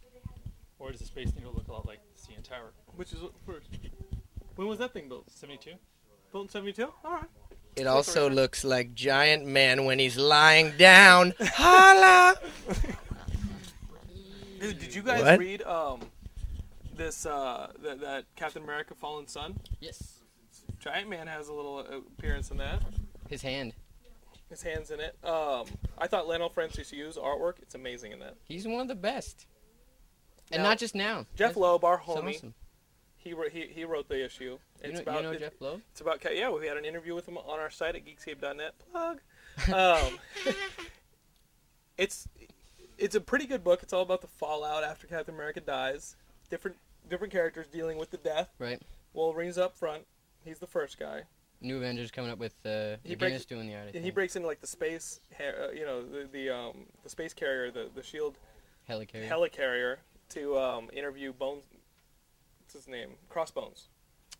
Or does the Space Needle look a lot like the CN Tower?
Which is first. When was that thing built?
72?
Built in '72. All right.
It also looks like giant man when he's lying down. Holla!
Dude, did you guys
What?
read um this uh th- that Captain America: Fallen Sun?
Yes.
Giant Man has a little uh, appearance in that.
His hand.
His hands in it. Um, I thought Lionel Francis Yu's artwork. It's amazing in that.
He's one of the best. And
Now-
not just now.
Jeff
Lowe.
Loeb, our homie.
Awesome.
He wrote, he, he wrote the issue.
You
It's
know,
about
you know
it-
Jeff Lowe?
it's about ca- yeah. We had an interview with him on our site at Geekscape.net. Plug. Um, it's it's a pretty good book. It's all about the fallout after Captain America dies. Different different characters dealing with the death.
Right.
Wolverine's up front. He's the first guy.
New Avengers coming up with uh,
He
McGinnis
breaks-
doing the art. I
and
think.
he breaks into like the space, ha- uh, you know, the the, um, the space carrier, the the shield
Helicarrier.
helicarrier to um, interview Bones. What's his name? Crossbones.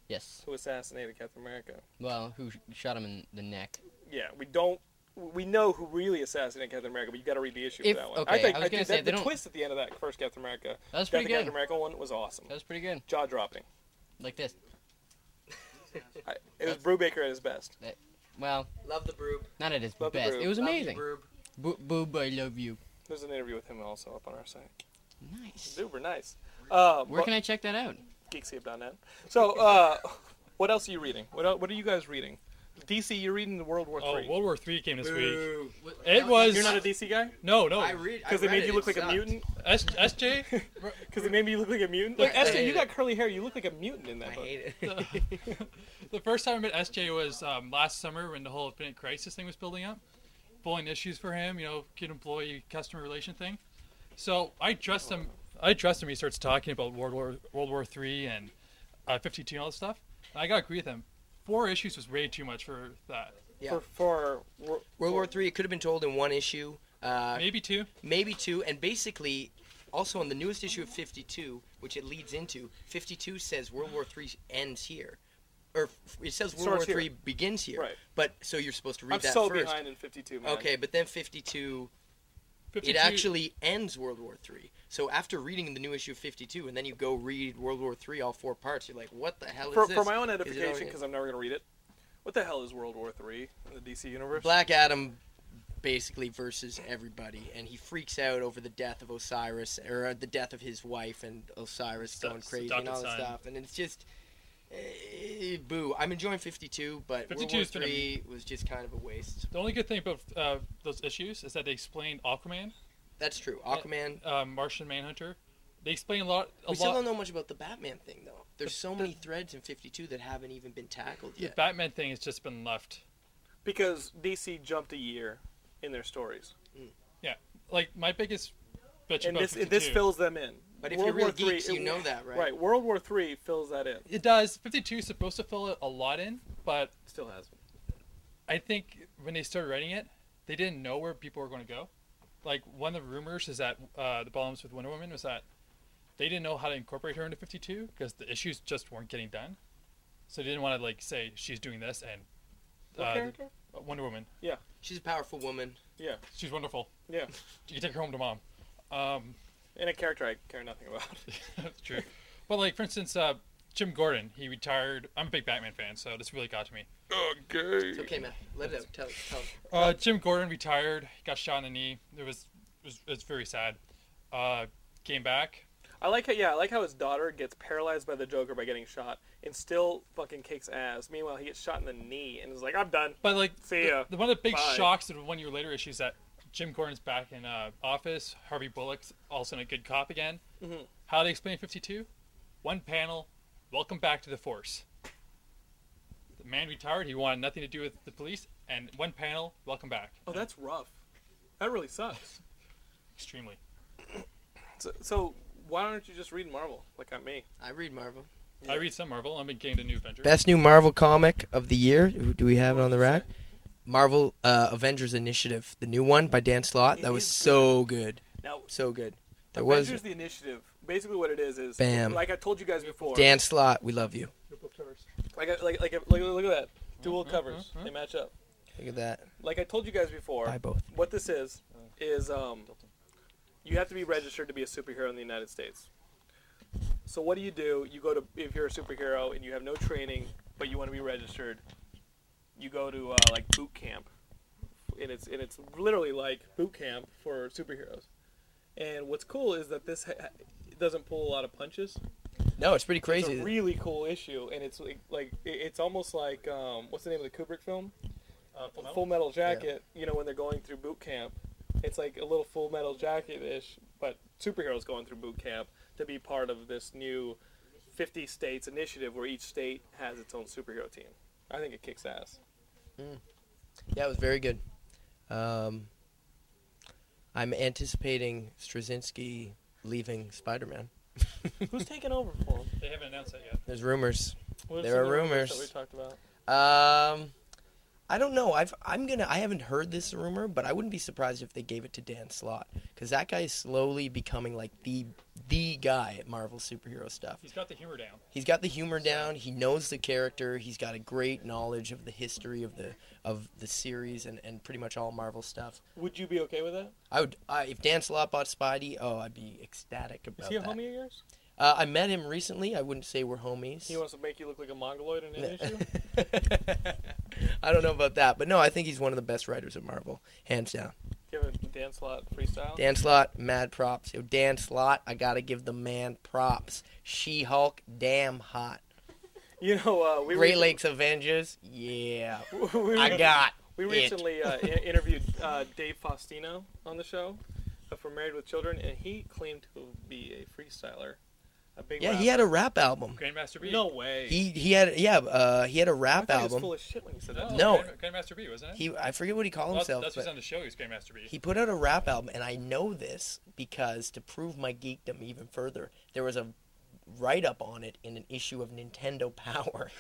Yes.
Who assassinated Captain America?
well, who sh- shot him in the neck?
Yeah, we don't. We know who really assassinated Captain America, but you got to read the issue
If-
for that one. I
okay,
think,
I was gonna
think
say,
that,
they
the
don't-
twist at the end of that first Captain America.
That was
that
pretty
the Captain
good.
America one was awesome. That
was pretty good.
Jaw dropping.
Like this.
I, it was Brubaker at his best.
Well,
Love the Broob.
not at his
Love the
best.
Broob.
It was
Love the
amazing.
Broob.
Bo- Boob, I love you.
There's an interview with him also up on our site.
Nice.
Super nice. Uh,
Where can I check that out?
Geekscape.net. So, uh, what else are you reading? What, el- what are you guys reading? DC, you're reading the World War
Oh,
Three.
World War Three came this
Boo.
week.
What-
It was.
You're not a DC guy?
No, no.
I read- I 'Cause they read made it, you it look like a sucked. mutant?
S- SJ.
Because it made me look like a mutant. Like,
Look,
Esther,
I-
you got curly hair. You look like a mutant in that book.
the first time I met SJ was um, last summer when the whole Infinite Crisis thing was building up, pulling issues for him, you know, kid employee customer relation thing. So I trust him. I trust him. He starts talking about World War World War Three and uh, Fifty Two and all this stuff. And I gotta agree with him. Four issues was way too much for that.
Yeah. For-
for World
War Three, it could have been told in one issue. Uh,
maybe two.
Maybe two, and basically, also on the newest issue of Fifty Two, which it leads into, Fifty Two says World War Three ends here, or f- it says World
Starts
War Three
here.
begins here.
Right.
But so you're supposed to read
I'm
that
so
first.
behind in 52, man.
Okay, but then Fifty Two.
52
It actually ends World War Three. So after reading the new issue of 52, and then you go read World War Three, all four parts, you're like, "What the hell
For,
is this?"
for my own
Is it
edification,
already-
because I'm never going to read it. What the hell is World War Three in the DC universe?
Black Adam basically versus everybody, and he freaks out over the death of Osiris or uh, the death of his wife, and Osiris going
it's
crazy and
adopted
all this
son.
stuff. And it's just eh, boo. I'm enjoying 52, but
52
World
has
War
been a-
Three was just kind of a waste.
The only good thing about uh, those issues is that they explained Aquaman.
That's true. Aquaman,
uh, Martian Manhunter. They explain a lot. A
we still
lot.
don't know much about the Batman thing, though. There's so many threads in 52 that haven't even been tackled
The
yet.
Batman thing has just been left.
Because DC jumped a year in their stories.
Yeah, like my biggest bitch
and
about
this this
52.
fills them in.
But if you're real
War III,
geeks, you know that, right?
Right. World War Three fills that in.
It does. 52 is supposed to fill it a lot in, but
still has.
I think when they started writing it, they didn't know where people were going to go. Like one of the rumors is that uh, the problems with Wonder Woman was that they didn't know how to incorporate her into 52 because the issues just weren't getting done. So they didn't want to like say she's doing this and uh,
What character?
Wonder Woman.
Yeah.
She's a powerful woman.
Yeah.
She's wonderful.
Yeah.
You can take her home to mom. Um,
In a character I care nothing about.
That's true. But like for instance, uh, Jim Gordon, he retired. I'm a big Batman fan, so this really got to me.
Okay.
It's okay, man. Let it out. Tell, tell.
Uh, Jim Gordon retired. He got shot in the knee. It was it was, it was very sad. Uh, came back.
I like how yeah, I like how his daughter gets paralyzed by the Joker by getting shot and still fucking kicks ass. Meanwhile, he gets shot in the knee and is like, "I'm done."
But like
see
the,
ya.
the- one of the big
Bye.
shocks of the one year later issue is that Jim Gordon's back in uh, office. Harvey Bullock's also in a good cop again.
Mhm.
How they explain 52? One panel. Welcome back to the force. The man retired. He wanted nothing to do with the police. And one panel. Welcome back.
Oh, that's rough. That really sucks.
Extremely.
So, so why aren't you just reading Marvel like I'm me?
I read Marvel.
I read some Marvel. I'm big game to New Avengers.
Best new Marvel comic of the year. Do we have it on the rack? Marvel uh, Avengers Initiative, the new one by Dan Slott. That was so good.
Now-
so good. That
Avengers
was
the initiative. Basically, what it is is
Bam.
like I told you guys before.
Dan Slott. We love you.
Like I- like like I- look, look at that dual covers. They match up.
Look at that.
Like I told you guys before.
Buy both.
What this is is um, you have to be registered to be a superhero in the United States. So what do you do? You go to if you're a superhero and you have no training, but you want to be registered, you go to uh, like boot camp, and it's and it's literally like boot camp for superheroes. And what's cool is that this ha- doesn't pull a lot of punches.
No, it's pretty crazy.
It's a really cool issue, and it's like, like it- it's almost like um, what's the name of the Kubrick film?
Uh, Full Metal?
Jacket. You know when they're going through boot camp, it's like a little Full Metal Jacket ish, but superheroes going through boot camp to be part of this new 50 states initiative where each state has its own superhero team. I think it kicks ass.
Yeah, it was very good. Um, I'm anticipating Straczynski leaving Spider-Man.
Who's taking over for him?
They haven't announced that yet.
There's rumors.
What
there are
some of the
rumors.
that we talked about.
Um, I don't know. I've I'm gonna I haven't heard this rumor, but I wouldn't be surprised if they gave it to Dan Slott because that guy is slowly becoming like the the guy at Marvel superhero stuff.
He's got the humor down.
He's got the humor down. He knows the character. He's got a great knowledge of the history of the of the series and, and pretty much all Marvel stuff.
Would you be okay with that?
I would I, if Dan Slott bought Spidey, oh, I'd be ecstatic about
Is he a
that.
homie of yours?
Uh, I met him recently. I wouldn't say we're homies.
He wants to make you look like a mongoloid in an issue.
I don't know about that, but no, I think he's one of the best writers at Marvel, hands down.
Give him Dan Slott freestyle.
Dan Slott, mad props. Yo, Dan Slott, I gotta give the man props. She Hulk, damn hot.
You know, uh, we
Great
recent-
Lakes Avengers, yeah.
we
I
re-
got.
We
it.
recently uh, in- interviewed uh, Dave Faustino on the show uh, for Married with Children, and he claimed to be a freestyler. A big
Yeah, he had a rap album.
Grandmaster B.
No way.
He he had yeah uh, he had a rap
I thought
album.
He was full of shit when he said that.
No.
Grand- Grandmaster B, wasn't it?
He- I forget what he called
Well,
himself,
That's what's
but-
on the show. He was Grandmaster B.
He put out a rap album, and I know this because to prove my geekdom even further, there was a write up on it in an issue of Nintendo Power.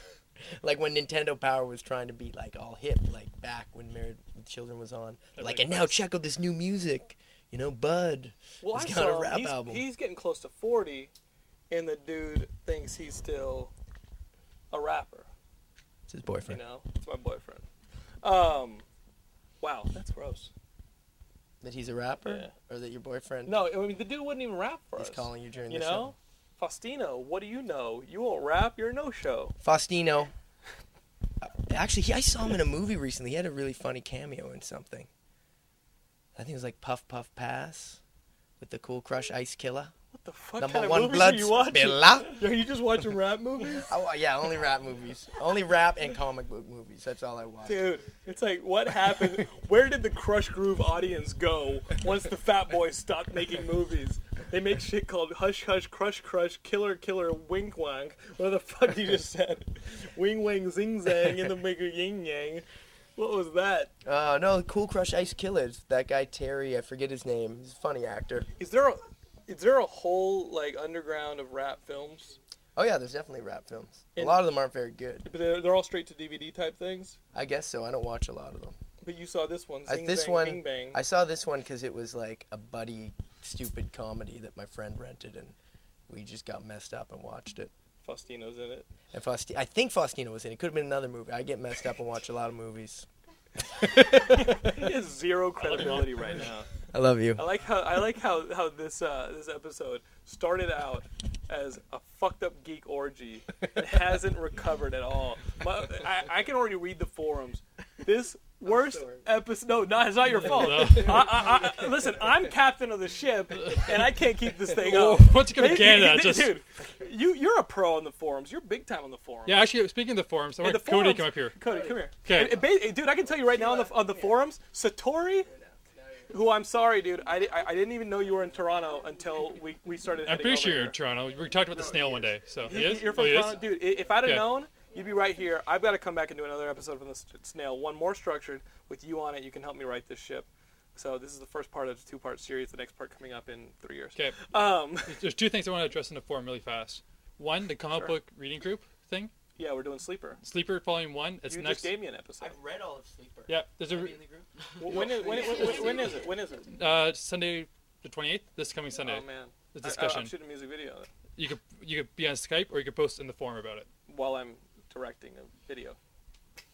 like when Nintendo Power was trying to be like all hip, like back when Married with Children was on.
That
Like,
really
and now check out this new music. You know, Bud.
Well,
he's
I
got
saw
a
him.
rap
he's,
album.
He's getting close to forty, and the dude thinks he's still a rapper.
It's his boyfriend.
You know, it's my boyfriend. Um, wow, that's gross.
That he's a rapper, or that your boyfriend.
No, I mean the dude wouldn't even rap for
He's
us.
calling you during
You
the
know, Faustino, what do you know? You won't rap. You're a no-show.
Faustino. Uh, Actually, he, I saw him in a movie recently. He had a really funny cameo in something. I think it was like Puff Puff Pass with the Cool Crush Ice Killer.
What the fuck
Number
kind of
one
movies
blood
are you watching?
spiller.
Are you just watching rap movies?
Oh, yeah, only rap movies. Only rap and comic book movies. That's all I watch.
Dude, it's like what happened? Where did the Crush Groove audience go once the Fat Boys stopped making movies? They make shit called Hush Hush Crush Crush Killer Killer Wink Wank. What the fuck you just said? Wing Wang Zing Zang in the bigger Yin Yang. What was that?
Oh, no, Cool Crush Ice Killer. It's That guy Terry, I forget his name. He's a funny actor.
Is there a is there a whole like underground of rap films?
Oh, yeah, there's definitely rap films. A
And-
lot of them aren't very good.
But they're, they're all straight to DVD type things.
I guess so. I don't watch a lot of them.
But you saw Uh, this one,
I,
Zing
this
Zang
one,
Bing Bang.
I saw this one because it was like a buddy stupid comedy that my friend rented, and we just got messed up and watched it.
Faustino's in it.
And Faust- I think Faustino was in it. Could have been another movie. I get messed up and watch a lot of movies.
He has zero credibility right now.
I love you.
I like how I like how how this uh, this episode started out as a fucked up geek orgy. It hasn't recovered at all. My, I, I can already read the forums. This worst episode. No, no, it's not your fault. I, I, I, listen, I'm captain of the ship, and I can't keep this thing up.
What's gonna
They-
get
they-
at
they-
us?
dude? You you're a pro on the forums. You're big time on the forums.
Yeah, actually, speaking of the forums, I
And
want
the
Cody to
forums,
come up here.
Cody, come here.
'Kay.
And- and ba- dude, I can tell you right now on the, on the forums, Satori, who I'm sorry, dude, I, di- I, I didn't even know you were in Toronto until we, we started.
I'm
heading
pretty
over
sure you're in
here.
Toronto. We talked about the snail one day. So he
You-
is.
You're
oh,
from
he is?
Toronto, dude. i- If I'd have
Okay.
known, you'd be right here. I've got to come back and do another episode from the s- snail, one more structured with you on it. You can help me write this ship. So this is the first part of a two-part series. The next part coming up in three years.
Okay.
Um,
There's two things I want to address in the forum really fast. One, the comic book reading group thing.
yeah, we're doing sleeper.
Sleeper Volume One. It's
you
next.
just gave me an episode.
read all of Sleeper.
Yeah, there's a
Wh- When is, when, when, when- when is it? When is it?
uh, Sunday, the 28th. This coming Sunday.
Oh man,
The
I- I-
discussion.
I'm shooting a music video.
You could you could be on Skype or you could post in the forum about it.
while I'm directing a video. I'm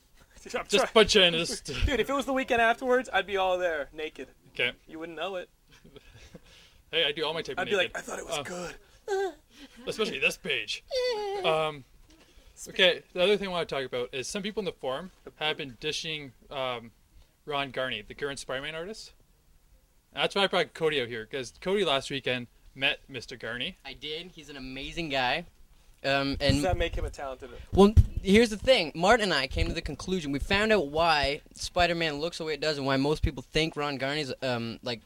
Just
trying-
bunch in. Just
Dude, if it was the weekend afterwards, I'd be all there, naked.
okay.
You wouldn't know it.
Hey, I do all my typing.
I'd be like,
naked.
I thought it was
Uh,
good.
especially this page. Um, okay, the other thing I want to talk about is some people in the forum have been dishing um, Ron Garney, the current Spider-Man artist. That's why I brought Cody out here because Cody last weekend met Mr. Garney.
I did. He's an amazing guy. Um, and
Does that make him a talented?
Well, here's the thing. Martin and I came to the conclusion. We found out why Spider-Man looks the way it does, and why most people think Ron Garney's um like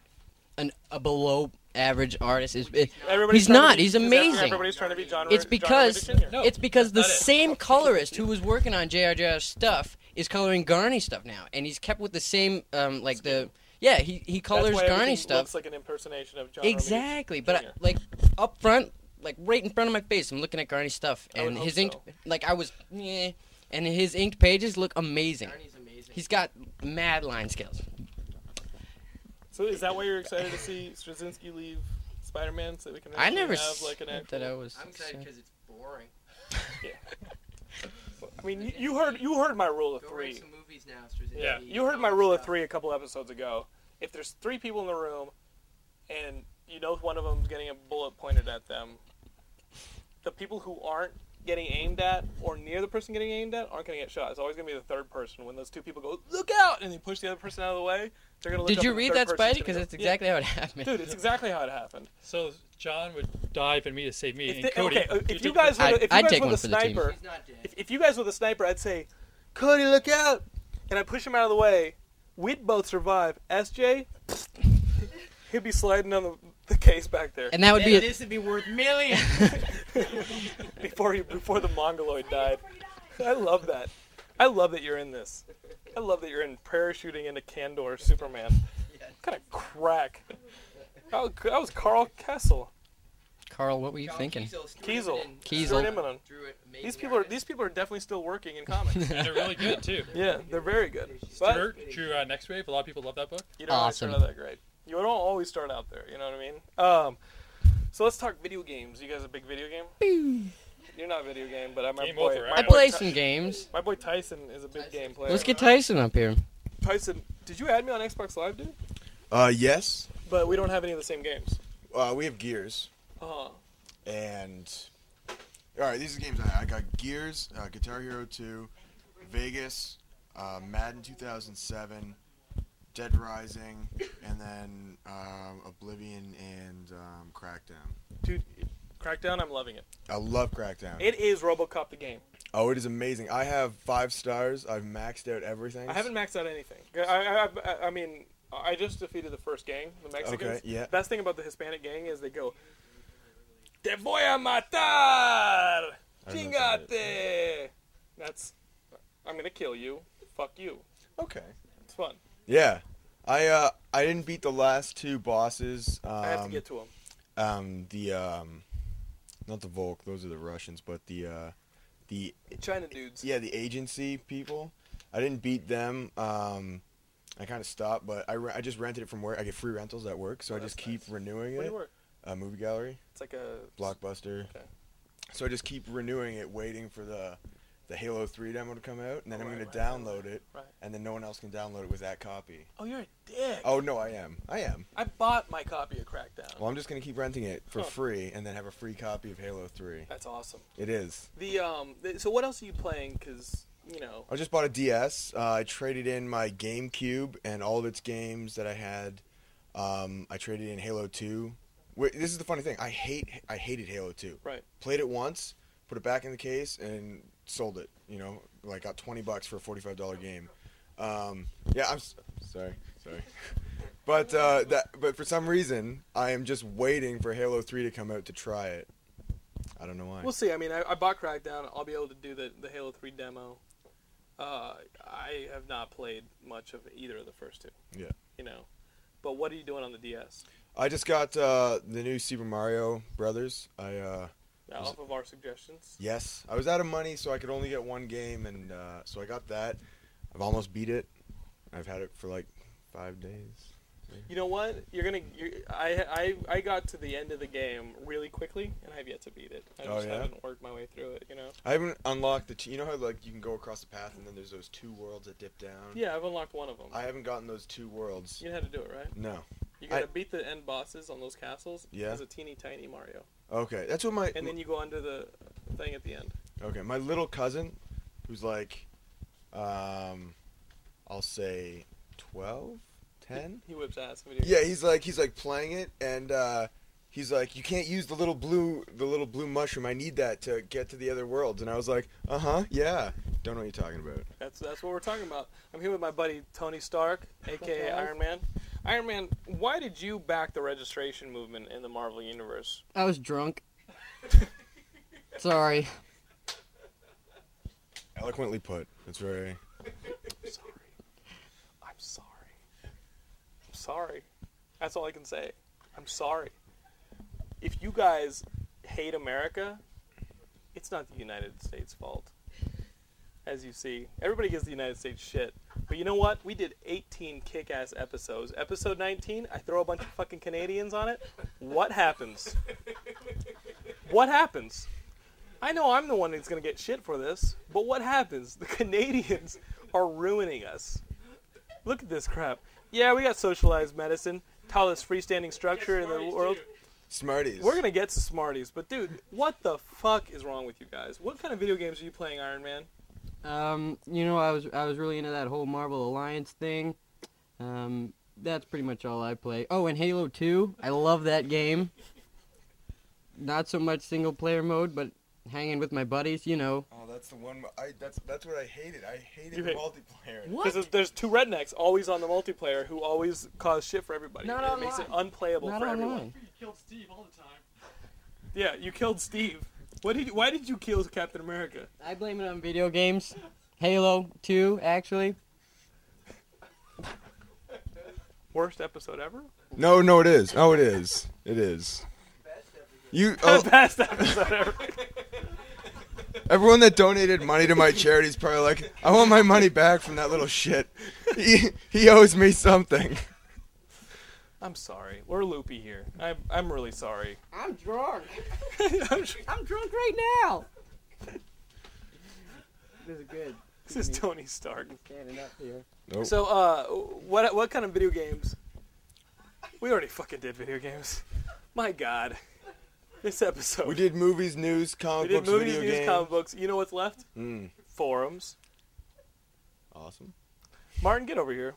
an, a below average artist. Is it-
Everybody's
he's
trying to
not.
be-
He's
is that-
amazing.
Everybody's trying to be John.
It's
John
because
Romita Jr.
it's because the
not it.
same colorist who was working on JRJR's stuff is coloring Garney stuff now, and he's kept with the same um like the yeah he he colors
That's why everything
Garney stuff
Looks like an impersonation of John. Romita
Exactly, but I,
Jr..
like up front, like right in front of my face, I'm looking at Garney's stuff,
would
and
hope
his int-
so.
like I was, yeah, and his inked pages look amazing. He's got mad line skills.
So is that why you're excited to see Straczynski leave Spider-Man so we can
I
actually
never
have like an
said
actual...
that I was I'm
excited because it's boring.
yeah. I mean, you, you heard you heard my rule of
Go
three.
rate some movies now, Straczynski.
Yeah, you heard my rule of three a couple episodes ago. If there's three people in the room, and you know one of them's getting a bullet pointed at them, the people who aren't getting aimed at or near the person getting aimed at aren't going to get shot. It's always going to be the third person. When those two people go, look out, and they push the other person out of the way, they're going to.
Did you read that, Spidey? Because that's exactly how it happened.
Dude, it's exactly how it happened.
So John would dive and me to save me.
If
and
they-
Cody,
okay, uh, if you
took-
guys were, the- if you guys were the
the team.
sniper, if, if you guys were the sniper, I'd say, Cody, look out, and I push him out of the way. We'd both survive. SJ, he'd be sliding on the, the case back there,
And that would be a-
This would be worth millions.
before he, before the mongoloid died. I love that. I love that you're in this. I love that you're in parachuting into Candor Superman. What kind of crack? That was, that was Carl Kessel.
Carl, what were you thinking?
Kiesel.
Kiesel.
Stuart Immonen. These people are these people are definitely still working in comics.
And they're really good, too.
Yeah, they're very good. But
Stuart drew uh, Next Wave. A lot of people love that book.
you don't always start out that great. You don't always start out there. You know what I mean? Um, so let's talk video games. You guys a big video game? You're not a video game, but I'm my
Game
boy.
over,
my
I
boy
play
Ty-
some games.
My boy Tyson is a big game player.
Let's get Tyson up here.
Tyson, did you add me on Xbox Live, dude?
Uh, yes.
But we don't have any of the same games.
Uh, we have Gears.
Uh,
And all right, these are games I, I got: Gears, uh, Guitar Hero 2, Vegas, uh, Madden 2007, Dead Rising, and then um, Oblivion and um, Crackdown.
dude, Crackdown, I'm loving it.
I love Crackdown.
It is RoboCop the game.
oh, it is amazing. I have five stars. I've maxed out everything.
I haven't maxed out anything. I, I, I, I mean, I just defeated the first gang, the Mexicans.
Okay, yeah.
Best thing about the Hispanic gang is they go, "Te voy a matar,
don't know if
chingate." That's, I'm gonna kill you. Fuck you.
Okay.
It's fun.
Yeah. I uh I didn't beat the last two bosses. Um,
I have to get to them.
um the um not the Volk, those are the Russians, but the uh the
China dudes.
yeah, the agency people. I didn't beat them. Um I kind of stopped, but I, re- I just rented it from work. I get free rentals at work, so I just keep renewing
Oh, Where do
it.
you work?
Uh, movie gallery,
It's like a
Blockbuster.
Okay.
So I just keep renewing it, waiting for the the Halo 3 demo to come out, and then I'm
Oh, Right,
going
right,
to
right,
download it,
right.
and then no one else can download it with that copy.
Oh, you're a dick.
Oh no, I am. I am.
I bought my copy of Crackdown.
Well, I'm just gonna keep renting it for
Huh.
free, and then have a free copy of Halo 3.
That's awesome.
It is.
The um. The, so what else are you playing? Cause you know.
I just bought a DS. Uh, I traded in my GameCube and all of its games that I had. Um, I traded in Halo 2. Wait, this is the funny thing. I hate. I hated Halo 2.
Right.
Played it once, put it back in the case, and sold it. You know, like got 20 bucks for a 45 dollar game. Um, yeah, I'm s- sorry. Sorry. But uh, that, but for some reason, I am just waiting for Halo 3 to come out to try it. I don't know why.
We'll see. I mean, I, I bought Crackdown. I'll be able to do the, the Halo 3 demo. Uh, I have not played much of either of the first two,
yeah.
you know. But what are you doing on the DS?
I just got uh, the new Super Mario Brothers. I uh,
Now, off of our suggestions.
yes, I was out of money, so I could only get one game, and uh, so I got that. I've almost beat it. I've had it for like five days.
You know what? You're gonna. You're, I, I I got to the end of the game really quickly, and I've yet to beat it. I
Oh,
just
yeah?
haven't worked my way through it. You know.
I haven't unlocked the. T- you know how like you can go across the path, and then there's those two worlds that dip down.
Yeah, I've unlocked one of them.
I haven't gotten those two worlds.
you know how to do it, right?
No.
You gotta
I-
beat the end bosses on those castles.
Yeah.
As a teeny tiny Mario,
Okay, that's what my.
and then you go under the thing at the end.
Okay, my little cousin, who's like, um, I'll say 12, 10?
He whips ass. in video
Yeah,
games.
he's like he's like playing it, and uh, he's like, "You can't use the little blue the little blue mushroom. I need that to get to the other worlds." And I was like, "Uh huh, yeah." Don't know what you're talking about.
That's that's what we're talking about. I'm here with my buddy Tony Stark, aka Iron Man. Iron Man, why did you back the registration movement in the Marvel universe?
I was drunk. Sorry.
Eloquently put. It's very.
I'm sorry. I'm sorry. I'm sorry. That's all I can say. I'm sorry. If you guys hate America, it's not the United States' fault. as you see. Everybody gives the United States shit. But you know what? We did 18 kick ass episodes. Episode 19, I throw a bunch of fucking Canadians on it. What happens? What happens? I know I'm the one that's going to get shit for this, but what happens? The Canadians are ruining us. Look at this crap. Yeah, we got socialized medicine, tallest freestanding structure in the world.
Smarties.
We're gonna get to Smarties, but dude, what the fuck is wrong with you guys? What kind of video games are you playing, Iron Man?
Um, you know, I was I was really into that whole Marvel Alliance thing. Um, that's pretty much all I play. Oh, and Halo 2. I love that game. Not so much single player mode, but hanging with my buddies, you know.
Oh, that's the one. I that's that's what I hated. I hated
You
the
hate-
multiplayer.
Because there's, there's two rednecks always on the multiplayer who always cause shit for everybody.
Not
it makes it
online.
unplayable
Not
for
online.
everyone.
You killed Steve all the time.
Yeah, you killed Steve. What did you, why did you kill Captain America?
I blame it on video games. Halo 2, actually.
Worst episode ever?
No, no, it is. Oh, it is. It is. You oh,
Best episode ever.
everyone that donated money to my charity is probably like, I want my money back from that little shit. He, he owes me something.
I'm sorry. We're loopy here. I'm, I'm really sorry.
I'm drunk.
I'm,
drunk right now. This is good.
This is Tony Stark.
Standing up here.
Nope.
So, uh, what what kind of video games? We already fucking did video games. My God, this episode.
We did movies, news,
We
comic
did
books,
movies,
video
news,
games.
comic books. You know what's left?
Mm,
Forums.
awesome.
Martin, get over here.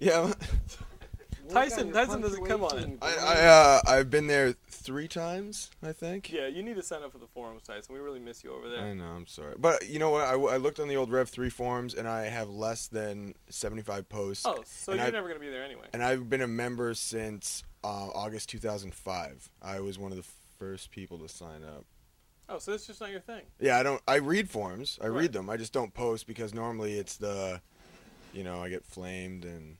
Yeah,
Tyson, Tyson doesn't come on it.
I, I uh, I've been there three times, I think.
Yeah, you need to sign up for the forums, Tyson. We really miss you over there.
I know, I'm sorry, but you know what? I, I looked on the old Rev three forums, and I have less than 75 posts.
Oh, so
and
you're
I-
never gonna be there anyway.
and I've been a member since uh, August 2005. I was one of the first people to sign up.
Oh, so that's just not your thing.
Yeah, I don't. I read forms. I
Right.
read them. I just don't post because normally it's the, you know, I get flamed and,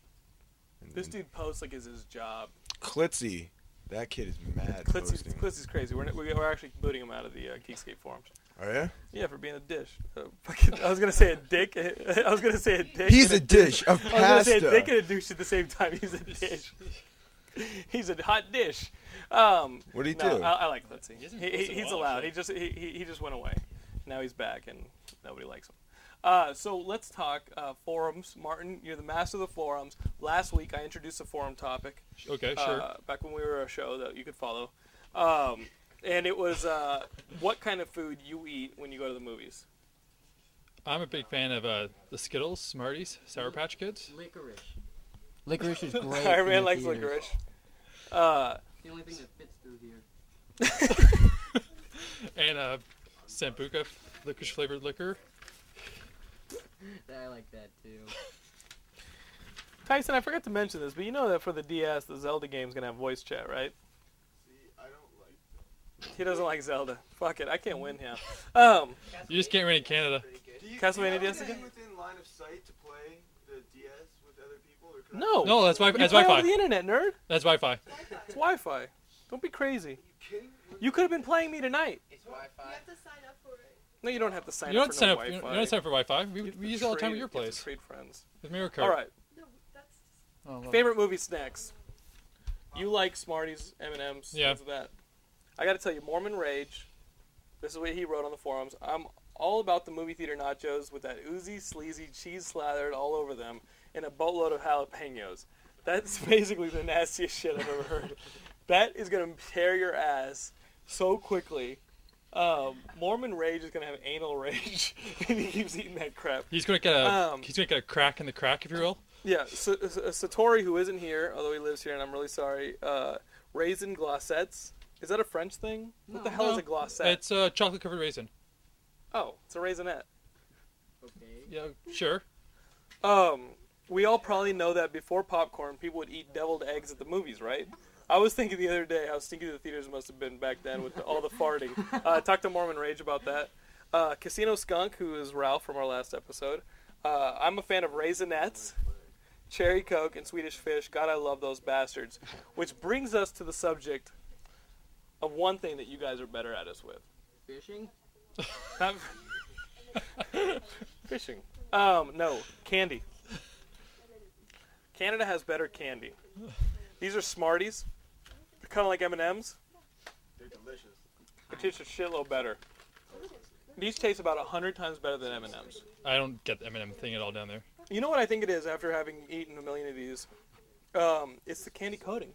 and
This
and
dude posts like it's his job.
Klitzy. That kid is mad
Clitzy's,
posting.
Clitzy's crazy. We're, we're actually booting him out of the uh, Geekscape forums.
Are ya?
Yeah, for being a dish. Uh, fucking, I was gonna say a dick. I was gonna say a dick.
He's
and
a dish of
I was gonna say a
pasta.
dick and a douche at the same time. He's a dish. He's a hot dish. Um,
What did he
no,
do?
I, I like Lindsay. He,
hasn't
he-
posted in a
he's
while,
allowed.
actually.
He just he, he, he just went away. Now he's back and nobody likes him. Uh, so let's talk uh, forums. Martin, you're the master of the forums. Last week I introduced a forum topic
Okay,
uh, back when we were a show that you could follow. Um, and it was uh, what kind of food you eat when you go to the movies.
I'm a big fan of uh, the Skittles, Smarties, Sour Patch Kids.
Licorice. Licorice is great.
Iron
in the
Man likes
theaters.
licorice. Uh,
The only thing that fits through here.
and uh, Sambuca licorice flavored liquor.
I like that too.
Tyson, I forgot to mention this, but you know that for the DS, the Zelda game's gonna have voice chat, right? He doesn't like Zelda. Fuck it, I can't win him. Um,
You just can't reign in Canada.
Castlevania DS again?
within line of sight to play the DS with other people? Or
No.
No, that's Wi-
You
that's
play
Wi-Fi.
over the internet, nerd.
That's Wi Fi.
It's Wi-Fi. Don't be crazy. You could have been playing me tonight.
It's Wi-Fi.
You have to sign up for it.
No, you don't have to sign
You don't
up for
sign
no
up. You
Wi-Fi.
don't sign up for Wi Fi. We,
You have
we
to
use it all the time
trade-
at your
you have to
place.
Trade friends.
With Mario Kart.
All right.
No, that's
Oh, well.
Favorite movie snacks. You like Smarties, M and M's,
Yeah.
things of that. I got to tell you, Mormon Rage. This is what he wrote on the forums. I'm all about the movie theater nachos with that oozy, sleazy cheese slathered all over them, and a boatload of jalapenos. That's basically the nastiest shit I've ever heard. That is gonna tear your ass so quickly. Um, Mormon Rage is gonna have anal rage if he keeps eating that crap.
He's gonna get a
Um,
he's gonna get a crack in the crack, if you will.
Yeah, S- S- Satori, who isn't here, although he lives here, and I'm really sorry. Uh, raisin glossettes. Is that a French thing? what the hell is a glossette?
It's a chocolate covered raisin.
Oh, it's a raisinette.
Yeah, sure.
Um, we all probably know that before popcorn, people would eat deviled eggs at the movies, right? I was thinking the other day how stinky the theaters must have been back then with the, all the farting. Uh, talk to Mormon Rage about that. Uh, Casino Skunk, who is Ralph from our last episode. Uh, I'm a fan of raisinettes, cherry coke, and Swedish fish. God, I love those bastards. Which brings us to the subject of one thing that you guys are better at us with.
Fishing?
Not- fishing. Um, no, candy. Canada has better candy. These are Smarties. They're kind of like M and M's.
They're delicious.
It tastes a shitload better. These taste about hundred times better than M and M's.
I don't get the M&M thing at all down there.
You know what I think it is after having eaten a million of these? Um, it's the candy coating.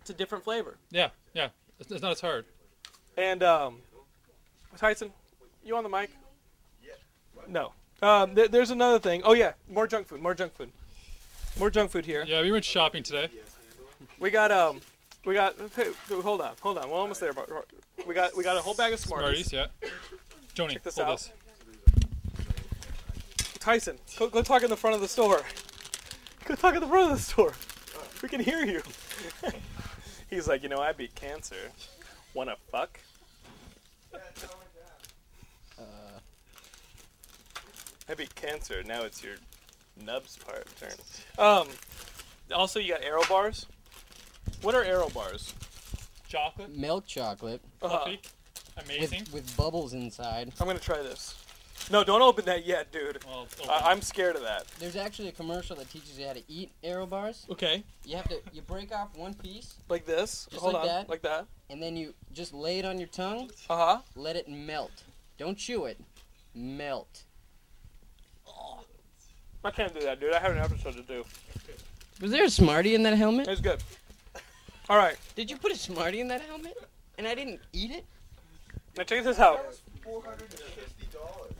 It's a different flavor.
Yeah, yeah. It's, it's not as hard.
And um, Tyson, you on the mic? No. Um, there, there's another thing. Oh yeah, more junk food. More junk food. More junk food here.
Yeah, we went shopping today.
We got um, we got. hey, hold on, hold on. We're almost there. but We got we got a whole bag of Smarties.
Smarties, yeah. Joni,
Check this
hold
out.
this.
Tyson, go, go talk in the front of the store. Go talk in the front of the store. We can hear you. He's like, you know, I beat cancer. Wanna fuck? Uh. I beat cancer. Now it's your nubs part turn. Um, also, you got arrow bars. What are arrow bars?
Chocolate,
Milk chocolate
fluffy,
with,
amazing.
with bubbles inside.
Uh, I'm gonna try this. No, don't open that yet, dude.
Well, oh,
I- I'm scared of that.
There's actually a commercial that teaches you how to eat arrow bars.
Okay.
You have to you break off one piece
Like this.
Just
Hold
like
on.
that?
Like that.
and then you just lay it on your tongue,
Uh huh.
let it melt. Don't chew it. Melt.
I can't do that, dude. I have an episode to do.
Was there a Smartie in that helmet?
It's good. All right.
Did you put a Smartie in that helmet? And I didn't eat it?
Now check this out.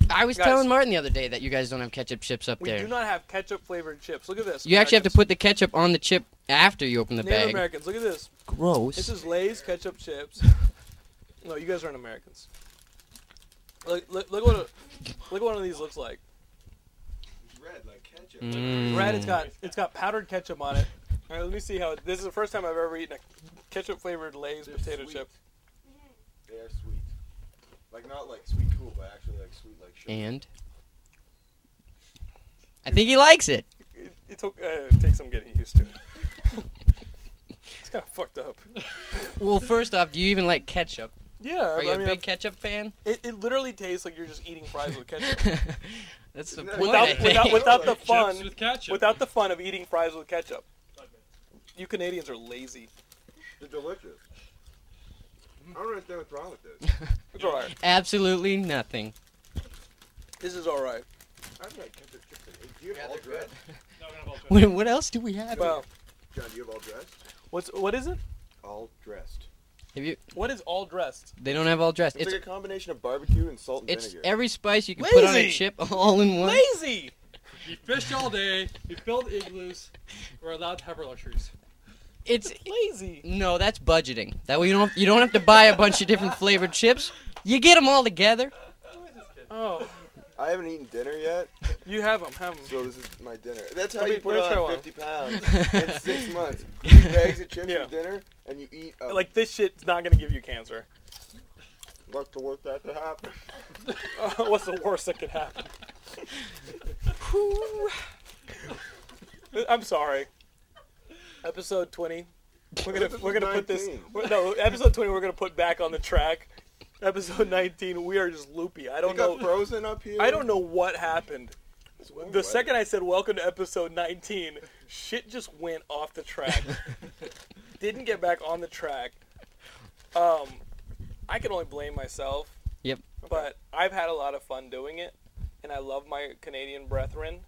I was
Guys.
telling Martin the other day that you guys don't have ketchup chips up
We
there.
do not have ketchup flavored chips. Look at this.
you actually have to
Americans.
put the ketchup on the chip after you open the
Native
bag.
Americans. Look at this.
Gross.
This is Lay's ketchup chips. No, you guys aren't Americans. Look, look, look what a, look what one of these looks like.
It's red like ketchup.
Red. It's got it's got powdered ketchup on it. All right, let me see how. It, this is the first time I've ever eaten a ketchup flavored Lay's
They're
potato
sweet.
chip.
They are sweet. Like not like sweet cool, but actually like sweet like sugar.
And I think he likes it.
It, it's okay. Uh, it takes some getting used to. it's kind of fucked up.
Well, first off, do you even like ketchup?
Yeah,
Are you
I
a
mean,
big ketchup fan?
it, it literally tastes like you're just eating fries with ketchup.
That's the
Isn't that-
point. I think.
without without without the
Chips
fun
with ketchup.
without the fun of eating fries with ketchup. You Canadians are lazy.
They're delicious. I don't understand what's wrong with this.
It's all right.
Absolutely nothing.
This is all right.
I've had ketchup chips in eight. Do you have all dressed?
No, we're not all
Wait, what else do we have?
Well,
John, do you have all dressed?
what's what is it?
All dressed.
Have you?
What is all dressed?
They don't have all dressed.
It's,
It's
like a combination of barbecue and salt and
it's
vinegar.
every spice you can put on a
Lazy!
chip all in one.
Lazy.
We fished all day. We built igloos. We're allowed to have our luxuries.
It's
Lazy.
no, that's budgeting. That way you don't you don't have to buy a bunch of different flavored chips. You get them all together.
Oh,
I haven't eaten dinner yet,
you have them. Have them.
so this is my dinner. That's how
Let me-
you put
let me try
on
one.
50 pounds in six months. Two bags of chips
Yeah.
for dinner, and you eat a
Like this shit's not gonna give you cancer.
luck to work that to happen.
What's the worst that could happen? I'm sorry. Episode 20. We're gonna
This is
we're gonna put this
19.
we're- no episode 20. We're gonna put back on the track. Episode 19. We are just loopy. I
It
don't
got
know.
frozen up here.
I don't know what happened. The second I said welcome to episode 19, shit just went off the track. Didn't get back on the track. Um, I can only blame myself
Yep.
but I've had a lot of fun doing it, and I love my Canadian brethren.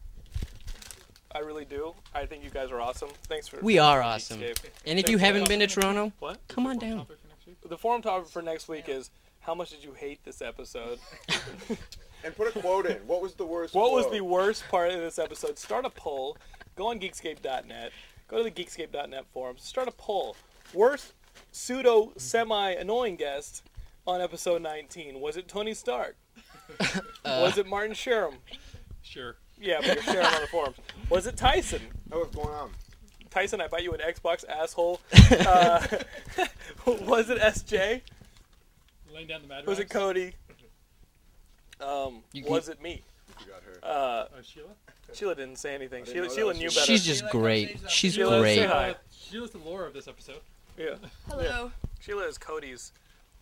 I really do. I think you guys are awesome. Thanks for
We are awesome.
Escape.
And if you haven't been to Toronto,
What?
come on down.
Topic for next week?
The forum topic for next week is how much did you hate this episode?
And put a quote in. What was the worst?
What was
quote?
the worst part of this episode? Start a poll. Go on Geekscape.net. Go to the Geekscape.net forums. Start a poll. Worst pseudo semi annoying guest on episode 19. Was it Tony Stark?
Uh,
was it Martin Sherram?
Sure.
Yeah, but you're sharing on the forums. Was it Tyson?
Oh, what's going on?
Tyson, I bought you an Xbox, asshole. Uh, was it SJ?
Laying down the Uh, mattress.
Was it Cody? Um,
You can-
was it me?
You got her.
Uh,
Uh, Sheila?
Sheila didn't say anything.
didn't
Sheila,
know that
Sheila
was
knew
you.
better.
She's just great. She's
Sheila, say
great.
hi.
Sheila's the lore of this episode.
Yeah.
Hello.
Sheila is Cody's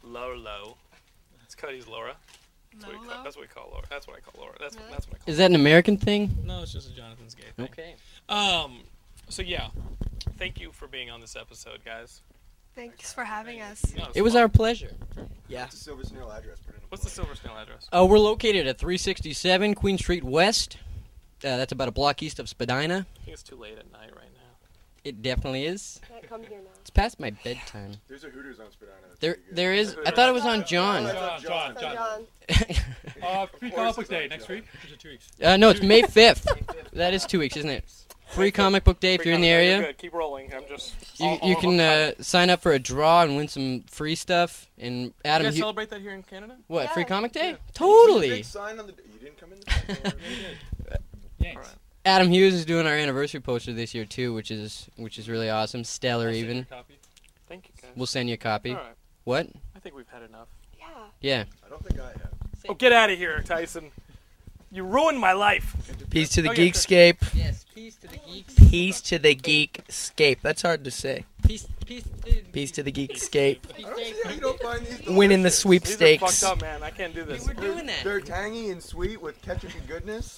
Lolo. It's Cody's Laura. That's what, we call, that's what we call Laura. That's what I call Laura. That's, what, that's what I call
Is that an American thing?
No, it's just a Jonathan's gay thing.
Okay.
Um, so yeah, thank you for being on this episode, guys.
Thanks for having us.
No,
It was
fun.
our pleasure.
Yeah.
It's a Silver Snail address. Put it in a
What's the Silver Snail address?
Uh, we're located at 367 Queen Street West. Uh, that's about a block east of Spadina.
I think it's too late at night right now.
It definitely is.
Can't come here now.
It's past my bedtime.
There's a Hooters on Spadina. that's
There,
pretty good.
there is. I thought it was on John.
John, John,
So
John.
John,
Uh, free
course
comic book
it's not
day next
John.
week. Which is two weeks.
Uh, no, it's May 5th. That is two weeks, isn't it? Free comic book day if you're in the
You're
area.
Good. Keep rolling. I'm just.
You, you can uh, sign up for a draw and win some free stuff. And
you
Adam,
guys
you,
celebrate that here in Canada?
what? Free
Yeah.
comic day?
Big
Totally.
sign on the. You didn't come in. The
Yanks.
Alright.
Adam Hughes is doing our anniversary poster this year too, which is which is really awesome. Stellar
I'll send you a
even.
copy.
Thank you guys.
Well send you a copy.
All right.
What?
I think we've had enough.
yeah.
Yeah.
I don't think I have.
Oh, get out of here, Tyson. You ruined my life.
Peace to the
Oh, yeah,
Geekscape.
Yes. Peace to the geeks.
Peace to the Geekscape. That's hard to say.
Peace. Peace.
Peace to the Geekscape.
I don't see how you don't find these.
Winning the
delicious.
These are
sweepstakes.
fucked up, man. I can't do this.
doing that.
They're tangy and sweet with ketchup and goodness.